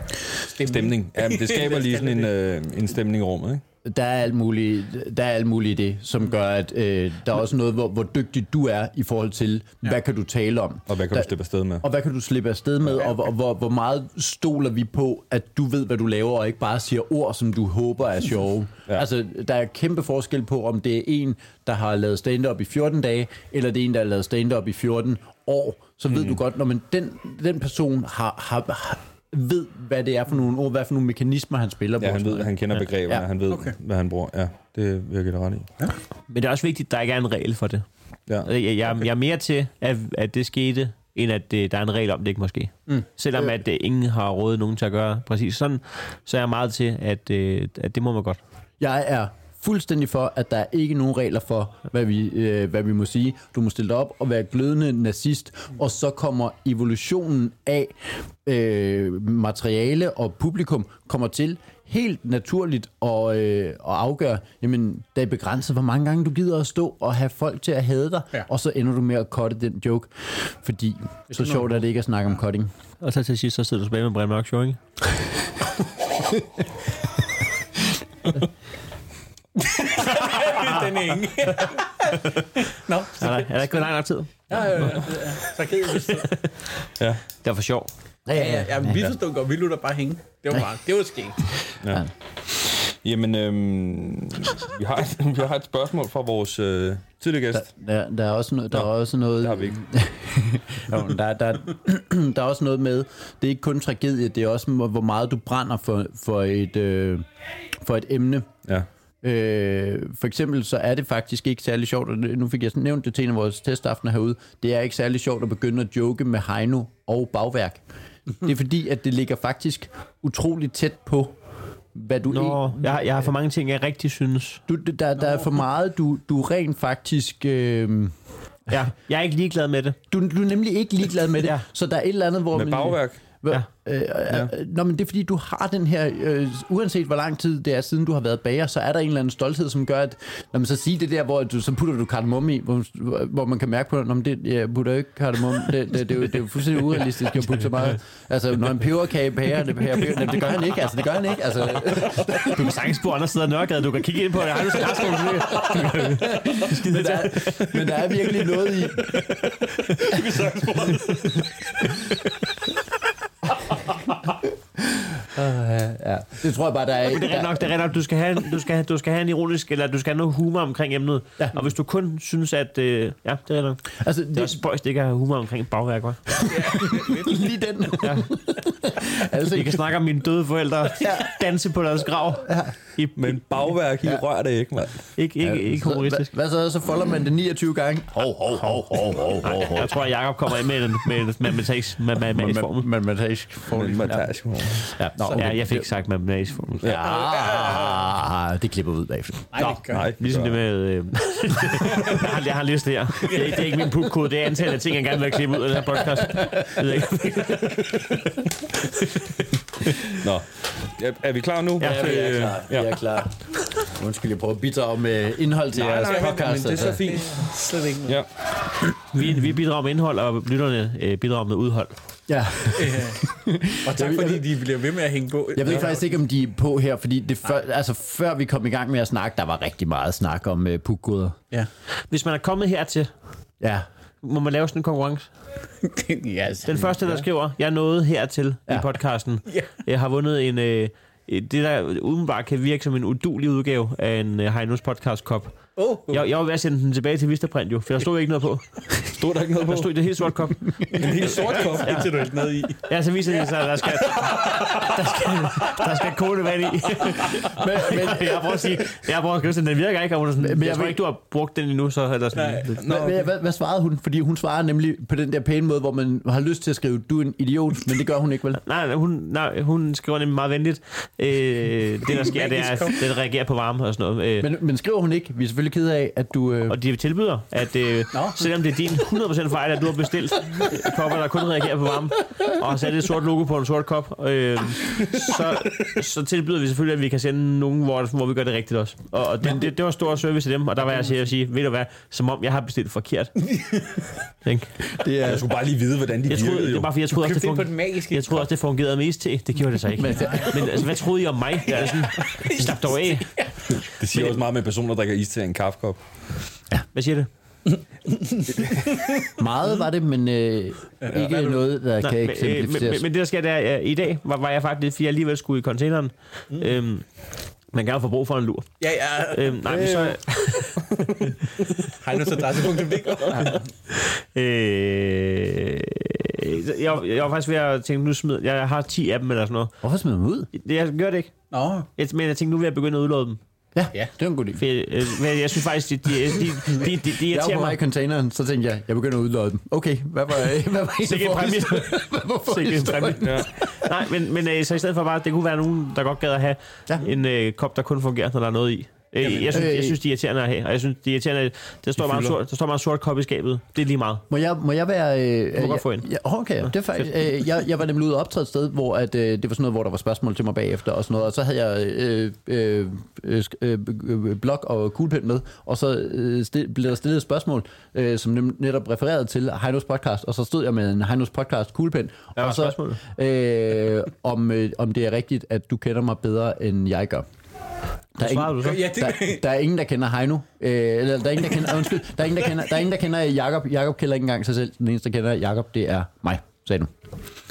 Speaker 2: stemning.
Speaker 1: Stemning. Ja, men det skaber lige sådan en, øh, en stemning i rummet, ikke?
Speaker 3: Der er alt muligt, der er alt muligt i det, som gør, at øh, der er også noget, hvor, hvor dygtig du er i forhold til, hvad kan du tale om?
Speaker 1: Og hvad kan
Speaker 3: der,
Speaker 1: du slippe afsted med?
Speaker 3: Og hvad kan du slippe afsted med, og, og hvor, hvor meget stoler vi på, at du ved, hvad du laver, og ikke bare siger ord, som du håber er sjove? ja. Altså, der er kæmpe forskel på, om det er en, der har lavet stand-up i 14 dage, eller det er en, der har lavet stand-up i 14 år. Så
Speaker 1: Mm.
Speaker 3: ved du godt, når man, den, den person har, har, har, ved, hvad det er for nogle ord, hvad for nogle mekanismer, han spiller
Speaker 1: Ja,
Speaker 3: på.
Speaker 1: han ved, han kender begreberne,
Speaker 3: Ja.
Speaker 1: han ved,
Speaker 2: Okay.
Speaker 1: hvad han bruger. Ja, det virker det ret i.
Speaker 4: Men det er også vigtigt, at der ikke er en regel for det.
Speaker 1: Ja.
Speaker 4: Jeg, jeg, jeg jeg er mere til, at, at det skete, end at det, der er en regel om det ikke måske. Mm. Selvom at øh, ingen har råd nogen til at gøre præcis sådan, så er jeg meget til, at, øh, at det må man godt.
Speaker 3: Jeg er fuldstændig for, at der er ikke nogen regler for, hvad vi, øh, hvad vi må sige. Du må stille dig op og være glødende nazist, og så kommer evolutionen af øh, materiale og publikum kommer til helt naturligt at, øh, at afgøre, jamen, der er begrænset, hvor mange gange du gider at stå og have folk til at hade dig, ja.
Speaker 2: Ja.
Speaker 3: og så ender du med at cutte den joke, fordi så sjovt er det ikke at snakke om cutting.
Speaker 4: Og så til sidst, så sidder du tilbage med Brian Mørk Show, ikke?
Speaker 2: den er ingen. Nå,
Speaker 4: Er der, er der ikke gået lang nok tid?
Speaker 2: ja, ja, ja, ja. så ked af det.
Speaker 4: Det var for sjov.
Speaker 3: Ja,
Speaker 2: Ja, ja, ja, men vi forstod godt, vi lutter bare hænge. Det var bare, det var skægt.
Speaker 1: Jamen, øhm, vi, har et, vi har et spørgsmål fra vores øh, tidligere gæst.
Speaker 3: Der, der er også, no, der er også noget...
Speaker 1: Der har vi ikke.
Speaker 3: Jo, men der, der, der er også noget med, det er ikke kun tragedie, det er også, hvor hvor meget du brænder for, for, et, øh, for et emne.
Speaker 1: Ja.
Speaker 3: Øh, for eksempel så er det faktisk ikke særlig sjovt, og det- nu fik jeg sådan nævnt det til en af vores testaftener herude, det er ikke særlig sjovt at begynde at joke med Heino og bagværk. Det er fordi, at det ligger faktisk utroligt tæt på, hvad du egentlig-
Speaker 4: Nå, jeg, har- jeg har for mange ting, jeg rigtig synes.
Speaker 3: du, der, der er for meget, du, du rent faktisk... Øh,
Speaker 4: Ja, jeg er ikke ligeglad med det.
Speaker 3: du, du er nemlig ikke ligeglad med det,
Speaker 4: Ja.
Speaker 3: så der er et eller andet, hvor...
Speaker 1: Med
Speaker 3: man-
Speaker 1: bagværk.
Speaker 3: Hvor,
Speaker 4: Ja.
Speaker 3: Øh, øh, øh, nå, men det er fordi, du har den her, øh, uanset hvor lang tid det er siden, du har været bager, så er der en eller anden stolthed, som gør, at når man så siger det der, hvor du, så putter du kardemomme i, hvor, hvor man kan mærke på, at det, jeg putter jo ikke kardemomme, det, det, det, er jo, det er jo fuldstændig urealistisk at putte så meget. Altså, når en peberkage bager, det, bager peber, jamen, det gør han ikke, altså, det gør han ikke, altså.
Speaker 4: Du kan sagtens bo andre sider af Nørregade. Du kan kigge ind på det. Har du
Speaker 3: Men der, er, men der er virkelig noget i... uh, ja. Det tror jeg bare, der er...
Speaker 4: Det er rent nok, det er rent nok. Du skal, have, du, skal, have- du skal have en ironisk, eller du skal have noget humor omkring emnet. Ja. Og hvis du kun synes, at... Øh, ja, det er rent nok.
Speaker 3: der- altså,
Speaker 4: Det er også spøjst ikke at have humor omkring bagværk, hva'?
Speaker 3: lige den. Ja. altså,
Speaker 4: Vi kan snakke om mine døde forældre, danse på deres grav. I,
Speaker 1: Men bagværk, I ja. rører det ikke, mand.
Speaker 4: ikke, ikke, ikke humoristisk.
Speaker 3: Hvad, hvad så? Så folder man det 29 gange. Hov, hov, hov, hov, hov, hov, hov.
Speaker 4: Jeg tror, at Jacob kommer ind med en med en matematisk med, med, med, formel.
Speaker 3: Men man tager ikke for
Speaker 1: Men man tager sgu over.
Speaker 3: Ja, nå,
Speaker 4: Ja, jeg fik sagt matematisk formel.
Speaker 1: Ja.
Speaker 3: Ah, det klipper vi ud bagefter.
Speaker 2: Nej, det gør
Speaker 1: Nej,
Speaker 4: Ligesom det
Speaker 1: med.
Speaker 4: med... Øh, jeg, har, jeg har en liste her. Det, er- det er ikke min pukkode, det er antallet af ting, jeg gerne vil have klippet ud af den her podcast. Jeg ved ikke.
Speaker 1: Nå. Er, er vi klar nu? Øh,
Speaker 4: Ja, vi er
Speaker 1: klar.
Speaker 3: Ja. Øh, Jeg er klar. Undskyld, jeg prøver at bidrage med indhold til jeres
Speaker 2: nej,
Speaker 3: podcast.
Speaker 2: men det er så
Speaker 3: altså.
Speaker 2: fint. Slet ikke noget.
Speaker 1: Ja.
Speaker 4: Vi, vi bidrager med indhold, og lytterne øh, bidrager med udhold.
Speaker 3: Ja.
Speaker 2: Og tak fordi de bliver ved med at hænge på.
Speaker 3: Jeg ved faktisk ikke, om de er på her, fordi det før, altså, før vi kom i gang med at snakke, der var rigtig meget snak om uh, pukgoder.
Speaker 2: Ja.
Speaker 4: Hvis man er kommet hertil,
Speaker 3: Ja.
Speaker 4: må man lave sådan en konkurrence.
Speaker 2: yes.
Speaker 4: Den første, der skriver, jeg nåede hertil ja. i
Speaker 3: Ja. podcasten,
Speaker 4: podcasten, ja. jeg har vundet en... Øh, det, der udenbart kan virke som en udulig udgave af en øh, Heinos podcast-kop.
Speaker 2: Åh,
Speaker 3: Uh.
Speaker 2: oh,
Speaker 4: Jeg, jeg var ved at sende den tilbage til Vistaprint jo, for der stod ikke noget på.
Speaker 1: Stod der ikke noget på?
Speaker 4: Der stod det helt sort kop.
Speaker 1: en helt sort kop.
Speaker 2: det er du ikke ned i.
Speaker 4: Ja, så viser det sig, at der skal, der skal, der skal kogende vand i.
Speaker 3: Men, men,
Speaker 4: Jeg prøver at sige, jeg prøver at skrive sådan, den virker ikke, og hun er sådan,
Speaker 3: Men
Speaker 4: men
Speaker 3: jeg
Speaker 4: jeg tror
Speaker 3: ved-
Speaker 4: ikke, du har brugt den endnu, så eller sådan. Nej.
Speaker 1: Nå,
Speaker 3: Hvad, hvad, hvad svarede hun? Fordi hun svarer nemlig på den der pæne måde, hvor man har lyst til at skrive, du er en idiot, men det gør hun ikke, vel?
Speaker 4: Nej, hun, nej, hun skriver nemlig meget venligt. Øh, det, der sker, det er, at den reagerer på varme og sådan noget. Øh,
Speaker 3: Men, men skriver hun ikke? Vi er selvfølgelig ked af, at du... Øh,
Speaker 4: og de tilbyder, at øh, selvom det er din 100% fejl, at du har bestilt øh, kopper, der kun reagerer på varme, og har sat et sort logo på en sort kop, øh, så, så tilbyder vi selvfølgelig, at vi kan sende nogen, hvor, hvor vi gør det rigtigt også. Og, og det, det, det, var stor service til dem, og der var jeg til at sige, ved du hvad, som om jeg har bestilt forkert. Ikke?
Speaker 3: det
Speaker 1: jeg
Speaker 3: er,
Speaker 1: skulle bare lige vide, hvordan de
Speaker 4: Jeg troede,
Speaker 1: virkede,
Speaker 4: det
Speaker 1: jo.
Speaker 4: var bare fordi, jeg troede, også, det
Speaker 2: Købte det på
Speaker 4: fungerede,
Speaker 2: den magiske.
Speaker 4: jeg troede også, det fungerede med iste. Det gjorde det så ikke. Men, altså, hvad troede I om mig? Ja. Sådan, slap dog af.
Speaker 1: Det siger også meget med personer, der drikker is til en kaffekop.
Speaker 4: Hvad siger det?
Speaker 3: meget var det, men øh, ikke noget, der kan
Speaker 4: men, øh, men,
Speaker 3: eksemplificeres.
Speaker 4: men, men det der sker, det er, at i dag var, var jeg faktisk, fordi jeg alligevel skulle i containeren. Mm. Øhm, man kan jo få brug for en lur.
Speaker 2: Ja, ja.
Speaker 4: Øhm, nej, men så,
Speaker 2: Hej nu så adresse.dk.
Speaker 4: øh, så jeg, jeg var faktisk ved at tænke, nu smider jeg, jeg har 10 af dem eller sådan noget.
Speaker 3: Hvorfor smed man ud?
Speaker 4: Det- Jeg gør det ikke.
Speaker 2: Nå,
Speaker 4: Jeg- Men jeg tænkte, nu vil jeg begynde at udlåde dem.
Speaker 3: Ja, det var en god idé.
Speaker 4: For jeg, øh, men jeg synes faktisk, de, de, de, de, de, de
Speaker 3: Jeg var
Speaker 4: irriterer
Speaker 3: på vej i
Speaker 4: mig.
Speaker 3: containeren, så tænkte jeg, jeg begynder at udløje dem. Okay, hvad var, hvad var en
Speaker 4: Sikke en præmie. Sikke en præmie.
Speaker 1: Ja.
Speaker 4: Nej, men, men øh, så i stedet for bare, det kunne være nogen, der godt gad at have ja.
Speaker 3: Ja.
Speaker 4: en øh, kop, der kun fungerer, når der er noget i. Øh, jeg, synes,
Speaker 3: øh,
Speaker 4: jeg synes, det er irriterende at have, og jeg synes, det er irriterende, at der står, meget
Speaker 1: fylder.
Speaker 4: sort, der står meget sort kop i skabet. Det er lige meget.
Speaker 3: Må jeg, må jeg være... Øh,
Speaker 4: godt
Speaker 3: jeg,
Speaker 4: få en.
Speaker 3: Ja, okay, det er faktisk... Øh, jeg, jeg var nemlig ude og optræde et sted, hvor at, øh, det var sådan noget, hvor der var spørgsmål til mig bagefter og sådan noget, og så havde jeg øh, øh, øh, sk- øh, øh, blok og kuglepen med, og så øh, stil, blev der stillet et spørgsmål, øh, som nem, netop refererede til Heinos podcast, og så stod jeg med en Heinos podcast kuglepen,
Speaker 4: Hvad var
Speaker 3: og så... Øh, om, øh, om det er rigtigt, at du kender mig bedre, end jeg gør. Der er,
Speaker 4: Svarer
Speaker 3: ingen,
Speaker 4: du så?
Speaker 2: Ja, det,
Speaker 3: der, der er ingen, der kender Heino. Øh, eller der er ingen, der kender... Undskyld, der er ingen, der kender, der er ingen, der kender Jakob. Jakob kender ikke engang sig selv. Den eneste, der kender Jakob, det er mig, sagde du.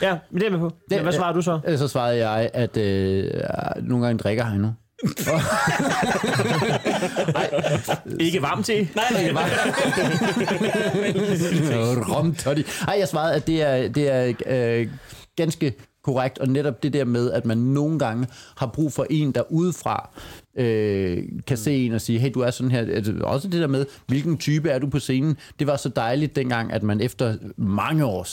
Speaker 4: Ja, men det er jeg med på. Men Hvad svarer du så?
Speaker 3: Øh, Så svarede jeg, at øh, nogle gange drikker Heino.
Speaker 4: Ikke varm te? Nej, nej.
Speaker 3: Øh, Romtotti. Ej, jeg svarede, at det er, det er øh, ganske korrekt, og netop det der med, at man nogle gange har brug for en, der udefra øh, kan se en og sige, hey, du er sådan her. Altså, Også det der med, hvilken type er du på scenen? Det var så dejligt dengang, at man efter mange år,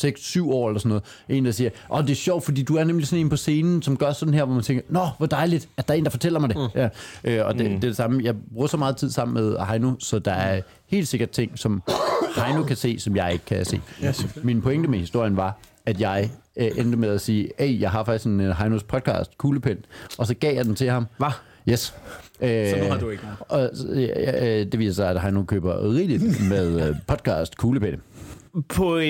Speaker 3: 6-7 år eller sådan noget, en der siger, åh, det er sjovt, fordi du er nemlig sådan en på scenen, som gør sådan her, hvor man tænker, nå, hvor dejligt, at der er en, der fortæller mig det. Mm. Ja. Øh, og det, det er det samme. Jeg bruger så meget tid sammen med Heino, så der er helt sikkert ting, som Heino kan se, som jeg ikke kan se. Ja, Min pointe med historien var, at jeg øh, endte med at sige, hey, jeg har faktisk en øh, Heinos podcast, kuglepen, og så gav jeg den til ham.
Speaker 4: Hva?
Speaker 3: Yes. Øh,
Speaker 2: Så nu har du ikke noget.
Speaker 3: Og, så- ja, øh, det viser sig, at Heino køber rigeligt med øh, podcast kuglepen.
Speaker 4: På øh,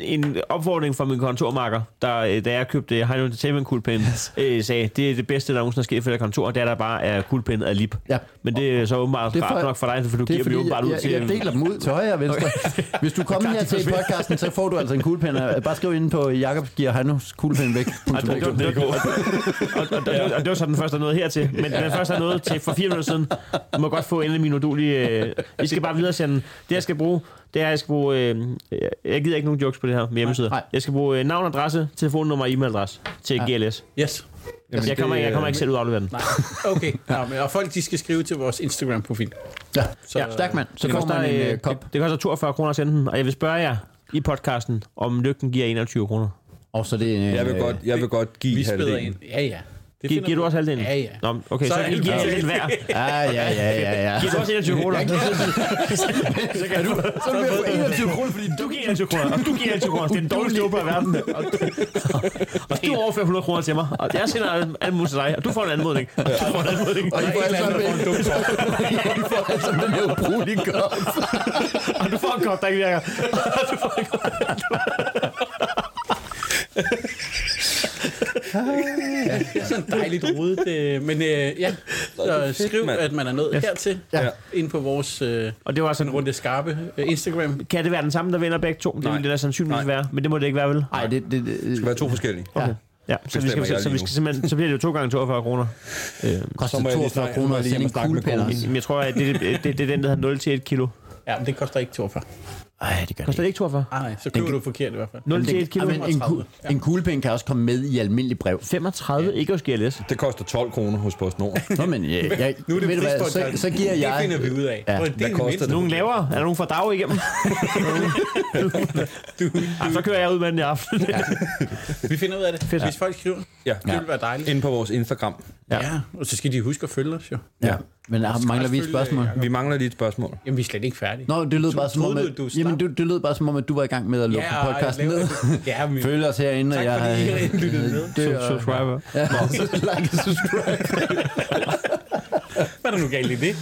Speaker 4: en opfordring fra min kontormarker, der, øh, da jeg købte Heino Entertainment kuglepen, øh, sagde, det er det bedste, der nogensinde er sket for det her kontor, det er der bare er kuglepen af lip.
Speaker 3: Ja.
Speaker 4: Men det er så åbenbart
Speaker 3: Det er for-
Speaker 4: rart nok for dig, for du
Speaker 3: Det
Speaker 4: giver
Speaker 3: er
Speaker 4: dem
Speaker 3: fordi,
Speaker 4: jo åbenbart ud
Speaker 3: jeg,
Speaker 4: til...
Speaker 3: jeg, jeg deler dem ud til højre og venstre. Hvis du kommer her til podcasten, så får du altså en kuglepen. og Bare skriv ind på Jakob giver Heinos kuglepen væk.
Speaker 4: Og det, og, det, og, og, og, det- og det var så den første, der nåede hertil. Men den første, der nåede til for fire minutter siden, må godt få endelig min udulige... Øh, I skal bare videre sende. Det, jeg skal bruge, det er, jeg skal bruge... Øh, jeg gider ikke nogen jokes på det her med hjemmesider.
Speaker 3: Nej.
Speaker 4: Jeg skal bruge øh, navn, adresse, telefonnummer og e-mailadresse til GLS.
Speaker 2: Yes.
Speaker 1: Jamen,
Speaker 4: Jeg kommer,
Speaker 1: det,
Speaker 4: jeg kommer
Speaker 1: øh,
Speaker 4: ikke selv ud af aflevere den.
Speaker 2: Okay. Nå, men, og folk de skal skrive til vores Instagram-profil.
Speaker 3: Ja,
Speaker 2: Så-
Speaker 3: så, stærk mand. Så
Speaker 4: Det
Speaker 3: kommer
Speaker 4: koster,
Speaker 3: man en
Speaker 4: øh,
Speaker 3: øh,
Speaker 4: det,
Speaker 3: kop.
Speaker 4: det koster 42 kroner at sende den, og jeg vil spørge jer i podcasten, om lygten giver 21 kroner.
Speaker 3: Og så det, øh,
Speaker 1: Jeg vil godt, jeg vil godt give
Speaker 2: Vi spiller
Speaker 1: halvdelen.
Speaker 2: en. Ja, ja. Det
Speaker 4: Gi-
Speaker 2: finder
Speaker 4: giver du
Speaker 2: på.
Speaker 4: også halvdelen?
Speaker 2: Ja, ja.
Speaker 4: Nå, okay, så,
Speaker 2: Så
Speaker 4: så
Speaker 2: er
Speaker 4: I giver
Speaker 2: halvdelen.
Speaker 4: lidt hver.
Speaker 3: Ah, ja, ja, ja, ja.
Speaker 4: Giver du også 21 kroner?
Speaker 3: Er du, så er du 21 kroner, fordi
Speaker 4: Du giver 21 kroner, og du giver 21 kroner. Det er den dårligste åbner i verden. Og, og du overfører 100 kroner til mig, og jeg sender en anmodning til dig, og du får en anmodning. Og du får en anmodning.
Speaker 3: Og I får alle sammen en dum I får alle sammen den her ubrugelige kop.
Speaker 4: Og du får en kop, der ikke virker.
Speaker 2: Det er sådan dejligt rodet. Øh, men øh, ja, så
Speaker 1: fedt,
Speaker 2: skriv,
Speaker 1: mand.
Speaker 2: at man er nået
Speaker 4: Yes.
Speaker 2: hertil.
Speaker 1: Ja.
Speaker 2: Ind på vores øh,
Speaker 4: Og det var sådan rundt.
Speaker 2: runde skarpe øh, Instagram.
Speaker 4: Kan det være den samme, der vinder begge to? Det
Speaker 1: Nej.
Speaker 4: ville det da sandsynligvis
Speaker 1: Nej.
Speaker 4: være, men det må det ikke være, vel?
Speaker 3: Nej, det, det, det,
Speaker 1: Det skal være to forskellige.
Speaker 3: ja.
Speaker 4: Ja, så, vi
Speaker 1: Bestemmer
Speaker 4: skal,
Speaker 1: jeg
Speaker 4: så, så, vi
Speaker 1: lige nu.
Speaker 4: skal simpelthen, så bliver det jo to gange 42 kroner.
Speaker 3: koster
Speaker 1: Så må jeg lige
Speaker 3: 42
Speaker 1: snakke-
Speaker 3: kroner at
Speaker 1: lige
Speaker 3: sende en
Speaker 1: snakke med
Speaker 3: kuglepen
Speaker 1: konen.
Speaker 3: også.
Speaker 4: Men jeg tror, at det, det, det, det er den, der hedder 0 til 1 kilo.
Speaker 2: Ja, men det koster ikke 42.
Speaker 3: Ej, det gør det
Speaker 4: Koster det ikke 42?
Speaker 2: Ah, nej, så køber du forkert i hvert fald.
Speaker 4: 0 til 1
Speaker 3: ikke.
Speaker 4: kilo?
Speaker 3: Ej, men en, ku- en kuglepen kan også komme med i almindelig brev.
Speaker 4: 35, ikke hos GLS.
Speaker 1: Det koster 12 kroner hos PostNord.
Speaker 3: Nå, men ja, jeg,
Speaker 2: Nu er det
Speaker 3: ved du hvad, så,
Speaker 2: prispodcast.
Speaker 3: så giver jeg...
Speaker 2: Det finder vi ud af.
Speaker 3: Ja,
Speaker 2: Og det
Speaker 1: hvad
Speaker 2: er
Speaker 1: koster
Speaker 2: mindst-
Speaker 1: det?
Speaker 4: Nogen lavere? Er der nogen fra dag igennem? Ej, så kører jeg ud med den i aften.
Speaker 2: Vi finder ud af det.
Speaker 4: Fedt.
Speaker 2: Hvis folk skriver,
Speaker 1: Ja.
Speaker 2: det ville være dejligt.
Speaker 1: Inde på vores Instagram.
Speaker 4: Ja.
Speaker 2: Ja. ja, og så skal de huske at følge os jo.
Speaker 3: Ja. Men ah, mangler vi et
Speaker 2: Følge,
Speaker 3: spørgsmål?
Speaker 2: Jacob.
Speaker 1: Vi mangler lige et spørgsmål.
Speaker 2: Jamen, vi er slet ikke færdige.
Speaker 3: Nå, det lød
Speaker 2: Tro-
Speaker 3: bare som om,
Speaker 2: troede
Speaker 3: at,
Speaker 2: du, du slap?
Speaker 3: jamen, det, det lød bare som om, at du var i gang med at lukke
Speaker 2: Ja, og
Speaker 3: podcasten
Speaker 2: jeg
Speaker 3: ned.
Speaker 2: laver det. Ja, men
Speaker 3: Følg os herinde,
Speaker 2: tak
Speaker 3: og jeg har...
Speaker 2: fordi I lyttede med.
Speaker 3: dør.
Speaker 4: Subscriber.
Speaker 3: Ja, like and subscribe.
Speaker 2: Hvad er der nu galt i det?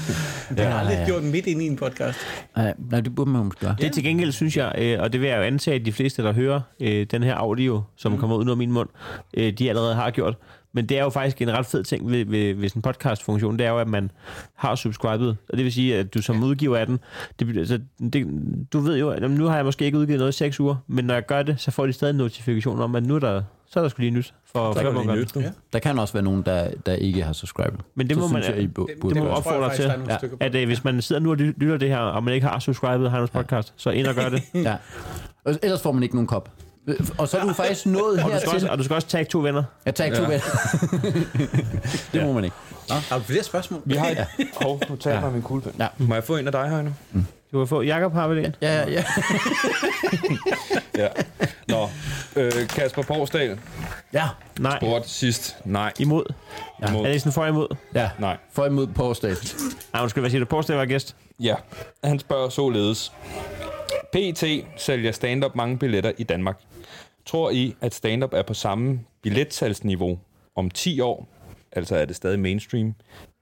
Speaker 2: Det har
Speaker 3: Ja,
Speaker 2: aldrig
Speaker 3: ja.
Speaker 2: gjort midt ind i en podcast.
Speaker 3: Nej, nej, det burde man måske gøre.
Speaker 4: Det til gengæld, synes jeg, øh, og det vil jeg jo antage, at de fleste, der hører øh, den her audio, som kommer ud af min mund, øh, de allerede har gjort. Men det er jo faktisk en ret fed ting ved, ved, ved sådan en podcast-funktion, det er jo, at man har subscribet. Og det vil sige, at du som udgiver af den, det, be- altså, det, du ved jo, at jamen, nu har jeg måske ikke udgivet noget i seks uger, men når jeg gør det, så får de stadig en notifikation om, at nu er der, så er der skulle lige nyt for
Speaker 1: Der
Speaker 4: fem
Speaker 1: går lige
Speaker 4: måneder.
Speaker 1: nyt nu.
Speaker 3: Der kan også være nogen, der, der ikke har subscribet.
Speaker 4: Men det
Speaker 3: så
Speaker 4: må man-
Speaker 3: synes jeg, I bu-
Speaker 2: Det,
Speaker 3: burde
Speaker 4: det må
Speaker 2: tror jeg
Speaker 4: opfordre
Speaker 2: faktisk,
Speaker 4: til,
Speaker 2: der er nogle
Speaker 3: ja,
Speaker 2: stykker på.
Speaker 4: At øh, hvis man sidder nu og ly- lytter det her, og man ikke har subscribet Heinos podcast, så ind og gør det.
Speaker 3: Ja. Og Ellers får man ikke nogen kop. Og så er du faktisk nået
Speaker 4: Og du skal også,
Speaker 3: hertil.
Speaker 4: og du skal også tagge to venner.
Speaker 3: Jeg tager ikke to ved. Det må man ikke.
Speaker 2: Nå, har vi flere spørgsmål?
Speaker 1: Vi har et... Hov, nu tager jeg ja. min kuglepen.
Speaker 3: Ja.
Speaker 1: Må jeg få en af dig, Heino?
Speaker 4: Du kan få Jakob har vel en?
Speaker 3: Ja, ja, ja.
Speaker 1: Ja. Nå, øh, Kasper Porsdal
Speaker 3: Ja,
Speaker 4: Nej.
Speaker 1: spurgte sidst. Nej.
Speaker 4: Imod.
Speaker 1: Ja.
Speaker 4: Er det sådan for og imod?
Speaker 3: ja.
Speaker 1: Nej.
Speaker 3: For imod Porsdal.
Speaker 4: Nej, undskyld, hvad siger du? Porsdag var gæst.
Speaker 1: Ja. Han spørger således. PT sælger stand-up mange billetter i Danmark. Tror I, at stand-up er på samme billetsalgsniveau om 10 år? Altså er det stadig mainstream?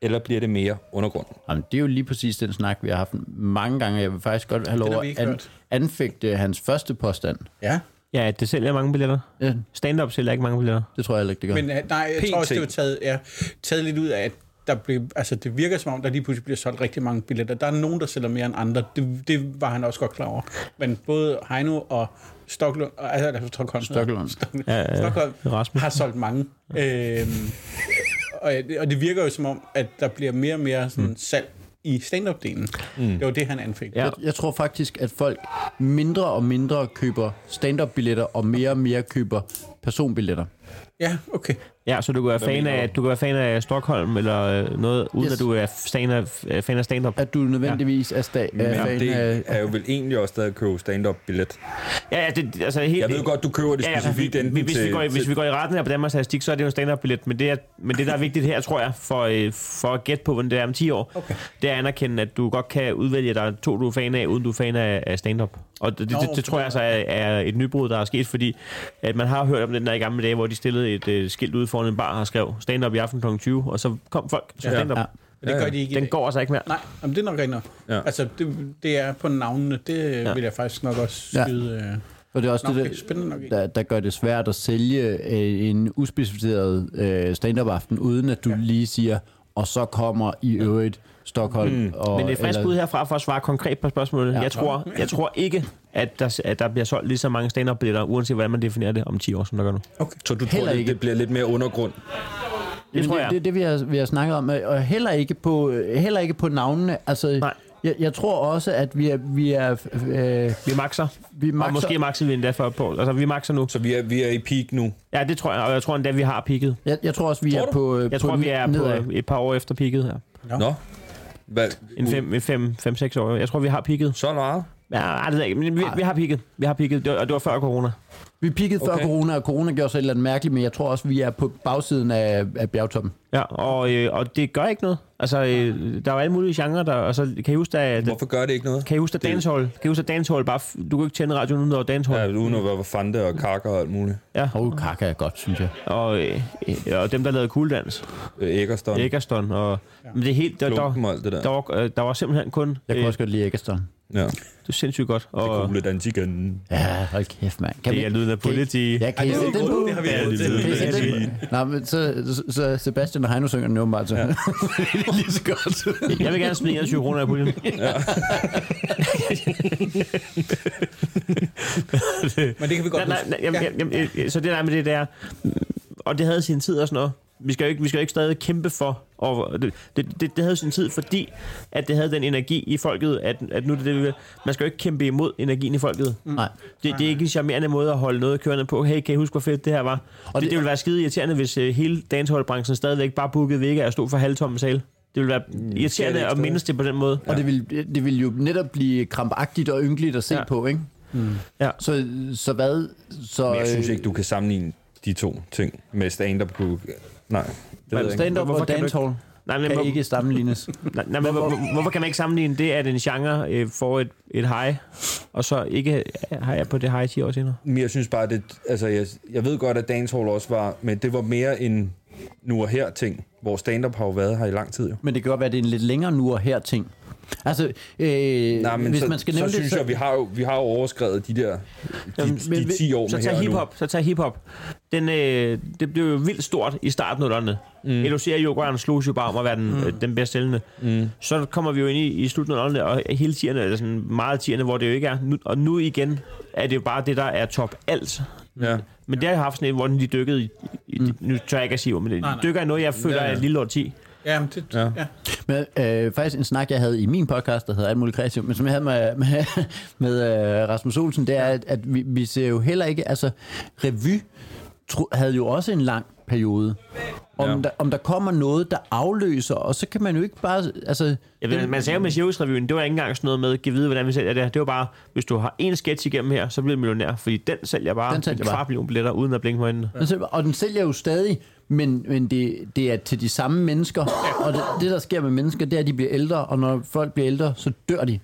Speaker 1: Eller bliver det mere undergrund?
Speaker 3: Jamen, det er jo lige præcis den snak, vi har haft mange gange. Jeg vil faktisk godt have lov
Speaker 2: Den har vi
Speaker 3: at
Speaker 2: ikke
Speaker 3: an,
Speaker 2: hørt.
Speaker 3: anfægte hans første påstand.
Speaker 2: Ja.
Speaker 4: Ja, det sælger mange billetter.
Speaker 3: Ja,
Speaker 4: Stand-up sælger ikke mange billetter.
Speaker 3: det tror jeg heller ikke, det gør.
Speaker 2: Men
Speaker 4: Altså,
Speaker 2: øh, nej, jeg tror også, det var taget, ja, taget lidt ud af, at der blev, altså, det virker som om, der lige pludselig bliver solgt rigtig mange billetter. Der er nogen, der sælger mere end andre. Det, det var han også godt klar over. Men både Heino og Stoklund, og- altså, der er Stockholm,
Speaker 3: Stoklund.
Speaker 4: Ja, ja, ja.
Speaker 2: Stockholm
Speaker 4: Rasmus.
Speaker 2: har solgt mange. Øhm, og, det- og det virker jo som om, at der bliver mere og mere sådan, salg i stand-up-delen. Mm. Det var det, han anfik.
Speaker 4: Mm. Ja.
Speaker 2: Ja.
Speaker 3: Jeg, jeg tror faktisk, at folk mindre og mindre køber stand-up-billetter, og mere og mere køber personbilletter.
Speaker 2: ja, okay.
Speaker 4: Ja, så du kan være, fan af, du kan være fan af Stockholm eller øh, noget, uden
Speaker 3: Yes.
Speaker 4: yes. at du er fan af, øh, fan af stand-up.
Speaker 3: At du nødvendigvis er, sta- er
Speaker 1: Men
Speaker 3: fan
Speaker 1: det
Speaker 3: af...
Speaker 1: er jo vel egentlig også stadig at købe stand-up-billet.
Speaker 4: Ja, ja, det, altså helt...
Speaker 1: Jeg ved godt, du køber det
Speaker 4: Ja, ja,
Speaker 1: specifikt
Speaker 4: hvis-
Speaker 1: enten
Speaker 4: hvis, vi
Speaker 1: til-
Speaker 4: går, i- hvis
Speaker 1: til-
Speaker 4: vi går i retten her på Danmarks Statistik, så er det jo en stand-up-billet, men det, er, men det, der er vigtigt her, tror jeg, for, øh, for at gætte på, hvordan det er om 10 år, okay. det er at anerkende, at du godt kan udvælge, at der er to, du er fan af, uden du er fan af, af stand-up. Og det, det, det, det tror jeg altså er, er et nybrud, der er sket, fordi at man har hørt om den der i gamle dage, hvor de stillede et øh, skilt ude foran en bar og skrev stand-up i aften kl. 20, og så kom folk til stand-up.
Speaker 3: Ja.
Speaker 4: Ja.
Speaker 2: Men det
Speaker 1: Ja,
Speaker 2: gør
Speaker 1: ja.
Speaker 2: de ikke i
Speaker 4: Den
Speaker 2: dag.
Speaker 4: går altså ikke mere.
Speaker 2: Nej, jamen, det er nok rigtigt nok.
Speaker 1: Ja.
Speaker 2: Ja. Altså, det, det er på navnene. Det ja. vil jeg faktisk nok også
Speaker 3: Ja.
Speaker 2: skyde... øh. Ja.
Speaker 3: Og det er også
Speaker 2: Nå,
Speaker 3: det,
Speaker 2: okay, spændende nok
Speaker 3: der,
Speaker 2: ikke.
Speaker 3: der, der gør det svært at sælge øh, en uspecificeret øh, stand-up-aften, uden at du lige siger, og så kommer i øvrigt Stockholm. Mm. Og,
Speaker 4: Men det er frisk bud herfra for at svare konkret på spørgsmålet. Ja, jeg, tror, jeg tror ikke, at der, at der bliver solgt lige så mange stand-up-billetter, uanset hvordan man definerer det om 10 år, som der gør nu.
Speaker 1: Så du tror,
Speaker 3: Heller
Speaker 1: det,
Speaker 3: ikke.
Speaker 1: det bliver lidt mere undergrund?
Speaker 4: Det
Speaker 3: Jamen,
Speaker 4: tror jeg.
Speaker 3: Det er det, vi har, vi har snakket om, og heller ikke på, heller ikke på navnene. Altså,
Speaker 4: Nej.
Speaker 3: Jeg, jeg tror også, at vi er... Vi er øh,
Speaker 4: Vi makser.
Speaker 3: Vi
Speaker 4: Og
Speaker 3: makser.
Speaker 4: måske makser vi endda for på. Altså, vi makser nu.
Speaker 1: Så vi er, vi er i peak nu?
Speaker 4: Ja, det tror jeg. Og jeg tror endda, vi har peaked.
Speaker 3: jeg, jeg tror også, vi
Speaker 1: Tror
Speaker 3: er
Speaker 1: du?
Speaker 3: på... øh,
Speaker 4: Jeg
Speaker 3: på
Speaker 4: tror, vi er på
Speaker 3: nedad.
Speaker 4: øh, et par år efter peaked her.
Speaker 1: Nå. Nå. Hvad?
Speaker 4: En 5-6 år. Jeg tror, vi har peaked.
Speaker 1: Så meget?
Speaker 4: Ja, ej, det ved jeg ikke, men vi, vi har peaked. Vi har peaked, Det var- og det var før corona.
Speaker 3: Vi pikkede okay. før
Speaker 1: Okay.
Speaker 3: corona, og corona gjorde så et eller andet mærkeligt, men jeg tror også, vi er på bagsiden af, af bjergtoppen.
Speaker 4: Ja, og, øh, og det gør ikke noget. Altså, øh, der er jo alle mulige genrer, der, og så kan I huske, at,
Speaker 1: Hvorfor gør det ikke noget?
Speaker 4: kan I huske, at
Speaker 1: Det-
Speaker 4: dancehall, kan I huske, at dancehall bare, f- du kan ikke tænde radioen uden over dancehall.
Speaker 1: Ja, uden at være fante og kakker og alt muligt.
Speaker 4: Ja,
Speaker 3: Hov, oh, kaka er godt, synes jeg.
Speaker 4: og, øh, øh, og dem, der lavede kugledans.
Speaker 1: Øh, Æggerstånd.
Speaker 4: Eggerston. Og, ja. Men det er helt... Der, der,
Speaker 1: Klumpen og alt det der.
Speaker 4: der, var, øh, der var simpelthen kun...
Speaker 3: Jeg kunne også godt lide Æggeston.
Speaker 1: Ja.
Speaker 4: det er sindssygt godt. Og,
Speaker 1: Kugle dans igen.
Speaker 3: Ja, hold kæft, mand. Kan
Speaker 4: Det er lyden af politi.
Speaker 3: Ja, kan I
Speaker 2: det er
Speaker 3: sætte den
Speaker 2: jo-
Speaker 3: på?
Speaker 2: det har vi
Speaker 3: Kan
Speaker 2: jo-
Speaker 3: I
Speaker 2: det
Speaker 1: er jo-
Speaker 3: sætte
Speaker 1: det er
Speaker 3: den på? Nej, men så, så, så Sebastian og Heino synger den åbenbart, så. Ja. lige så godt.
Speaker 4: Jeg vil gerne smide 21 kroner i puljen.
Speaker 2: Men det kan vi godt
Speaker 4: nej, nej,
Speaker 2: huske.
Speaker 4: nej, jamen,
Speaker 2: Ja.
Speaker 4: jamen, øh, så det der med det der, mm, og det havde sin tid og sådan noget. Vi skal jo ikke, vi skal jo ikke stadig kæmpe for, og det, det, det, det havde sin tid, fordi at det havde den energi i folket, at, at nu er det det, vi vil. Man skal jo ikke kæmpe imod energien i folket.
Speaker 3: Nej.
Speaker 4: Det, det er ikke en charmerende måde at holde noget kørende på. Hey, kan I huske, hvor fedt det her var? Og det,
Speaker 3: det-
Speaker 4: det, ville være skide irriterende, hvis øh, hele danceholdbranchen stadigvæk bare bookede Vega og stod for halvtomme sale. Det ville være irriterende
Speaker 1: ikke
Speaker 4: at mindes det på den måde.
Speaker 3: Og det vil, det vil jo netop blive krampagtigt og ynkeligt at se
Speaker 4: Ja.
Speaker 3: ja. på, ikke?
Speaker 4: Ja.
Speaker 3: Så, så hvad? Så,
Speaker 1: Mm.
Speaker 3: øh,
Speaker 1: Men jeg synes ikke, du kan sammenligne de to ting med stand-up. Du... Nej. Det ved jeg ikke.
Speaker 3: Stand-up
Speaker 4: Hvorfor
Speaker 3: og
Speaker 4: kan du
Speaker 3: dancehall
Speaker 4: Nej, men,
Speaker 3: kan
Speaker 4: hvor,
Speaker 3: ikke sammenlignes.
Speaker 4: nej, nej, men hvor, hvor- hvorfor kan man ikke sammenligne det, at en genre øh, får et, et high, og så ikke øh, har jeg på det high 10 år senere?
Speaker 1: Men jeg synes bare, det, altså, jeg, jeg ved godt, at dancehall også var, men det var mere en nu og her ting, hvor stand-up har jo været her i lang tid jo.
Speaker 3: Men det kan godt være, at det er en lidt længere nu og her ting. Altså, øh,
Speaker 1: Nej, men
Speaker 3: hvis
Speaker 1: så,
Speaker 3: man skal
Speaker 1: så,
Speaker 3: nævne
Speaker 1: synes
Speaker 3: det,
Speaker 1: jeg, vi har jo, vi har jo overskrevet de der de,
Speaker 4: Jamen,
Speaker 1: de,
Speaker 3: men vi-
Speaker 1: 10 år
Speaker 4: Så
Speaker 1: med
Speaker 4: tag
Speaker 1: her og
Speaker 4: hiphop, så tag hiphop. Den, øh, det blev jo vildt stort i startnullerne. Mm. Elusia Jokeren slog jo bare om at være den, mm. den bedst sælgende. Mm. Så kommer vi jo ind i, i slutnullerne, og hele tierne, eller sådan meget tierne, hvor det jo ikke er. Nu, og nu igen er det jo bare det, der er top alt.
Speaker 1: nu. Ja.
Speaker 4: Men det har jeg haft sådan en, hvor den lige dykkede i, i mm. nu tør jeg ikke at sige, hvor, men det
Speaker 2: Nej, nej.
Speaker 4: dykker i noget, jeg føler
Speaker 1: Ja, ja.
Speaker 4: er et lille årti.
Speaker 2: Ja, men det,
Speaker 1: Ja.
Speaker 2: ja. ja.
Speaker 3: Men, øh, faktisk en snak, jeg havde i min podcast, der hedder Alt muligt kreativt, men som jeg havde med, med, med øh, Rasmus Olsen, det er, at, at vi, vi ser jo heller ikke, altså revy tro, havde jo også en lang periode, om,
Speaker 1: Ja.
Speaker 3: ja. der, om der kommer noget, der afløser, og så kan man jo ikke bare... Altså,
Speaker 4: Jeg ved, man sagde jo med Cirkusrevyen, det var ikke engang sådan noget med, giv vide, hvordan vi sælger det her. Det var bare, hvis du har en sketch igennem her, så bliver du millionær, fordi den sælger bare
Speaker 3: Den sælger
Speaker 4: en
Speaker 3: bare.
Speaker 4: kvart million billetter, uden at blinke med øjnene.
Speaker 3: Den sælger- Altså, Og den sælger jo stadig, men, men det, det er til de samme mennesker. Og det, det, der sker med mennesker, det er, at de bliver ældre, og når folk bliver ældre, så dør de.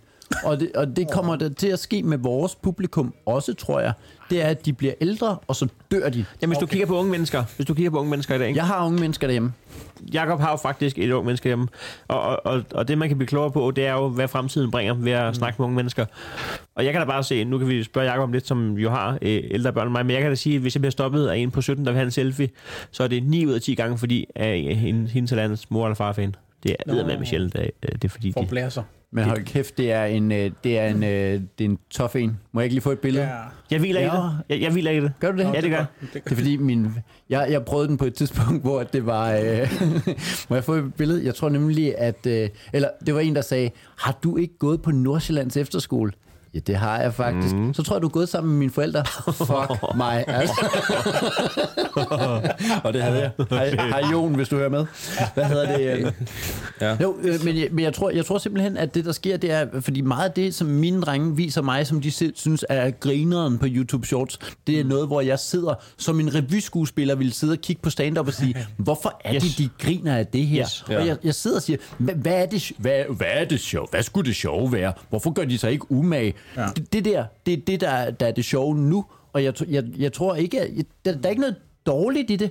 Speaker 3: Og det, og det kommer der til at ske med vores publikum også, tror jeg. Det er, at de bliver ældre, og så dør de.
Speaker 4: Jamen, hvis okay. du kigger på unge mennesker, hvis du kigger på unge mennesker i dag, ikke?
Speaker 3: Jeg har unge mennesker derhjemme.
Speaker 4: Jakob har jo faktisk et ung menneske hjemme, og, og, og, og det man kan blive klogere på, det er jo, hvad fremtiden bringer ved
Speaker 3: Mm.
Speaker 4: at snakke med unge mennesker. Og jeg kan da bare se, nu kan vi spørge Jakob om lidt, som jo har øh, ældre børn end mig, men jeg kan da sige, at hvis jeg bliver stoppet af en på 17, der vil have en selfie, så er det 9 ud af 10 gange, fordi øh, af en, hendes eller andens mor eller far er fan. Det er eddermame med sjældent, at, øh, det er fordi,
Speaker 2: For at
Speaker 4: de,
Speaker 2: blære sig.
Speaker 3: Men hold kæft, det er en, øh, det er en, øh, det er en tof en. Må jeg ikke lige få et billede?
Speaker 2: Ja.
Speaker 4: jeg hviler i
Speaker 3: Ja.
Speaker 4: det. Jeg, jeg hviler i det.
Speaker 3: Gør du det?
Speaker 4: Ja, det gør.
Speaker 3: Det er fordi min... Jeg, jeg prøvede den på et tidspunkt, hvor det var... Øh, må jeg få et billede? Jeg tror nemlig, at... Øh, eller det var en, der sagde, har du ikke gået på Nordsjællands efterskole? Ja, det har jeg faktisk. Mm. Så tror jeg, du er gået sammen med mine forældre. Fuck mig. Altså. Og det havde jeg. Hej, hej Jon, hvis du hører med. Hvad hedder det? Øh,
Speaker 1: Ja.
Speaker 3: jo, øh, men, jeg, men jeg, tror, jeg tror simpelthen, at det, der sker, det er, fordi meget af det, som mine drenge viser mig, som de selv synes er grineren på YouTube Shorts, det er noget, hvor jeg sidder, som en revyskuespiller ville sidde og kigge på stand-up og sige, hvorfor er yes.
Speaker 4: Yes.
Speaker 3: det, de griner af det her?
Speaker 4: Yes.
Speaker 3: Yes. Og jeg, jeg sidder og siger, "Hva- hvad er det, sj- hvad, hvad er det sjov? Hvad skulle det sjove være? Hvorfor gør de sig ikke umage? Ja. Det, det der, det er det, der, er- der er det sjove nu, og jeg, tr- jeg, jeg tror ikke, at, jeg, der, der er ikke noget dårligt i det.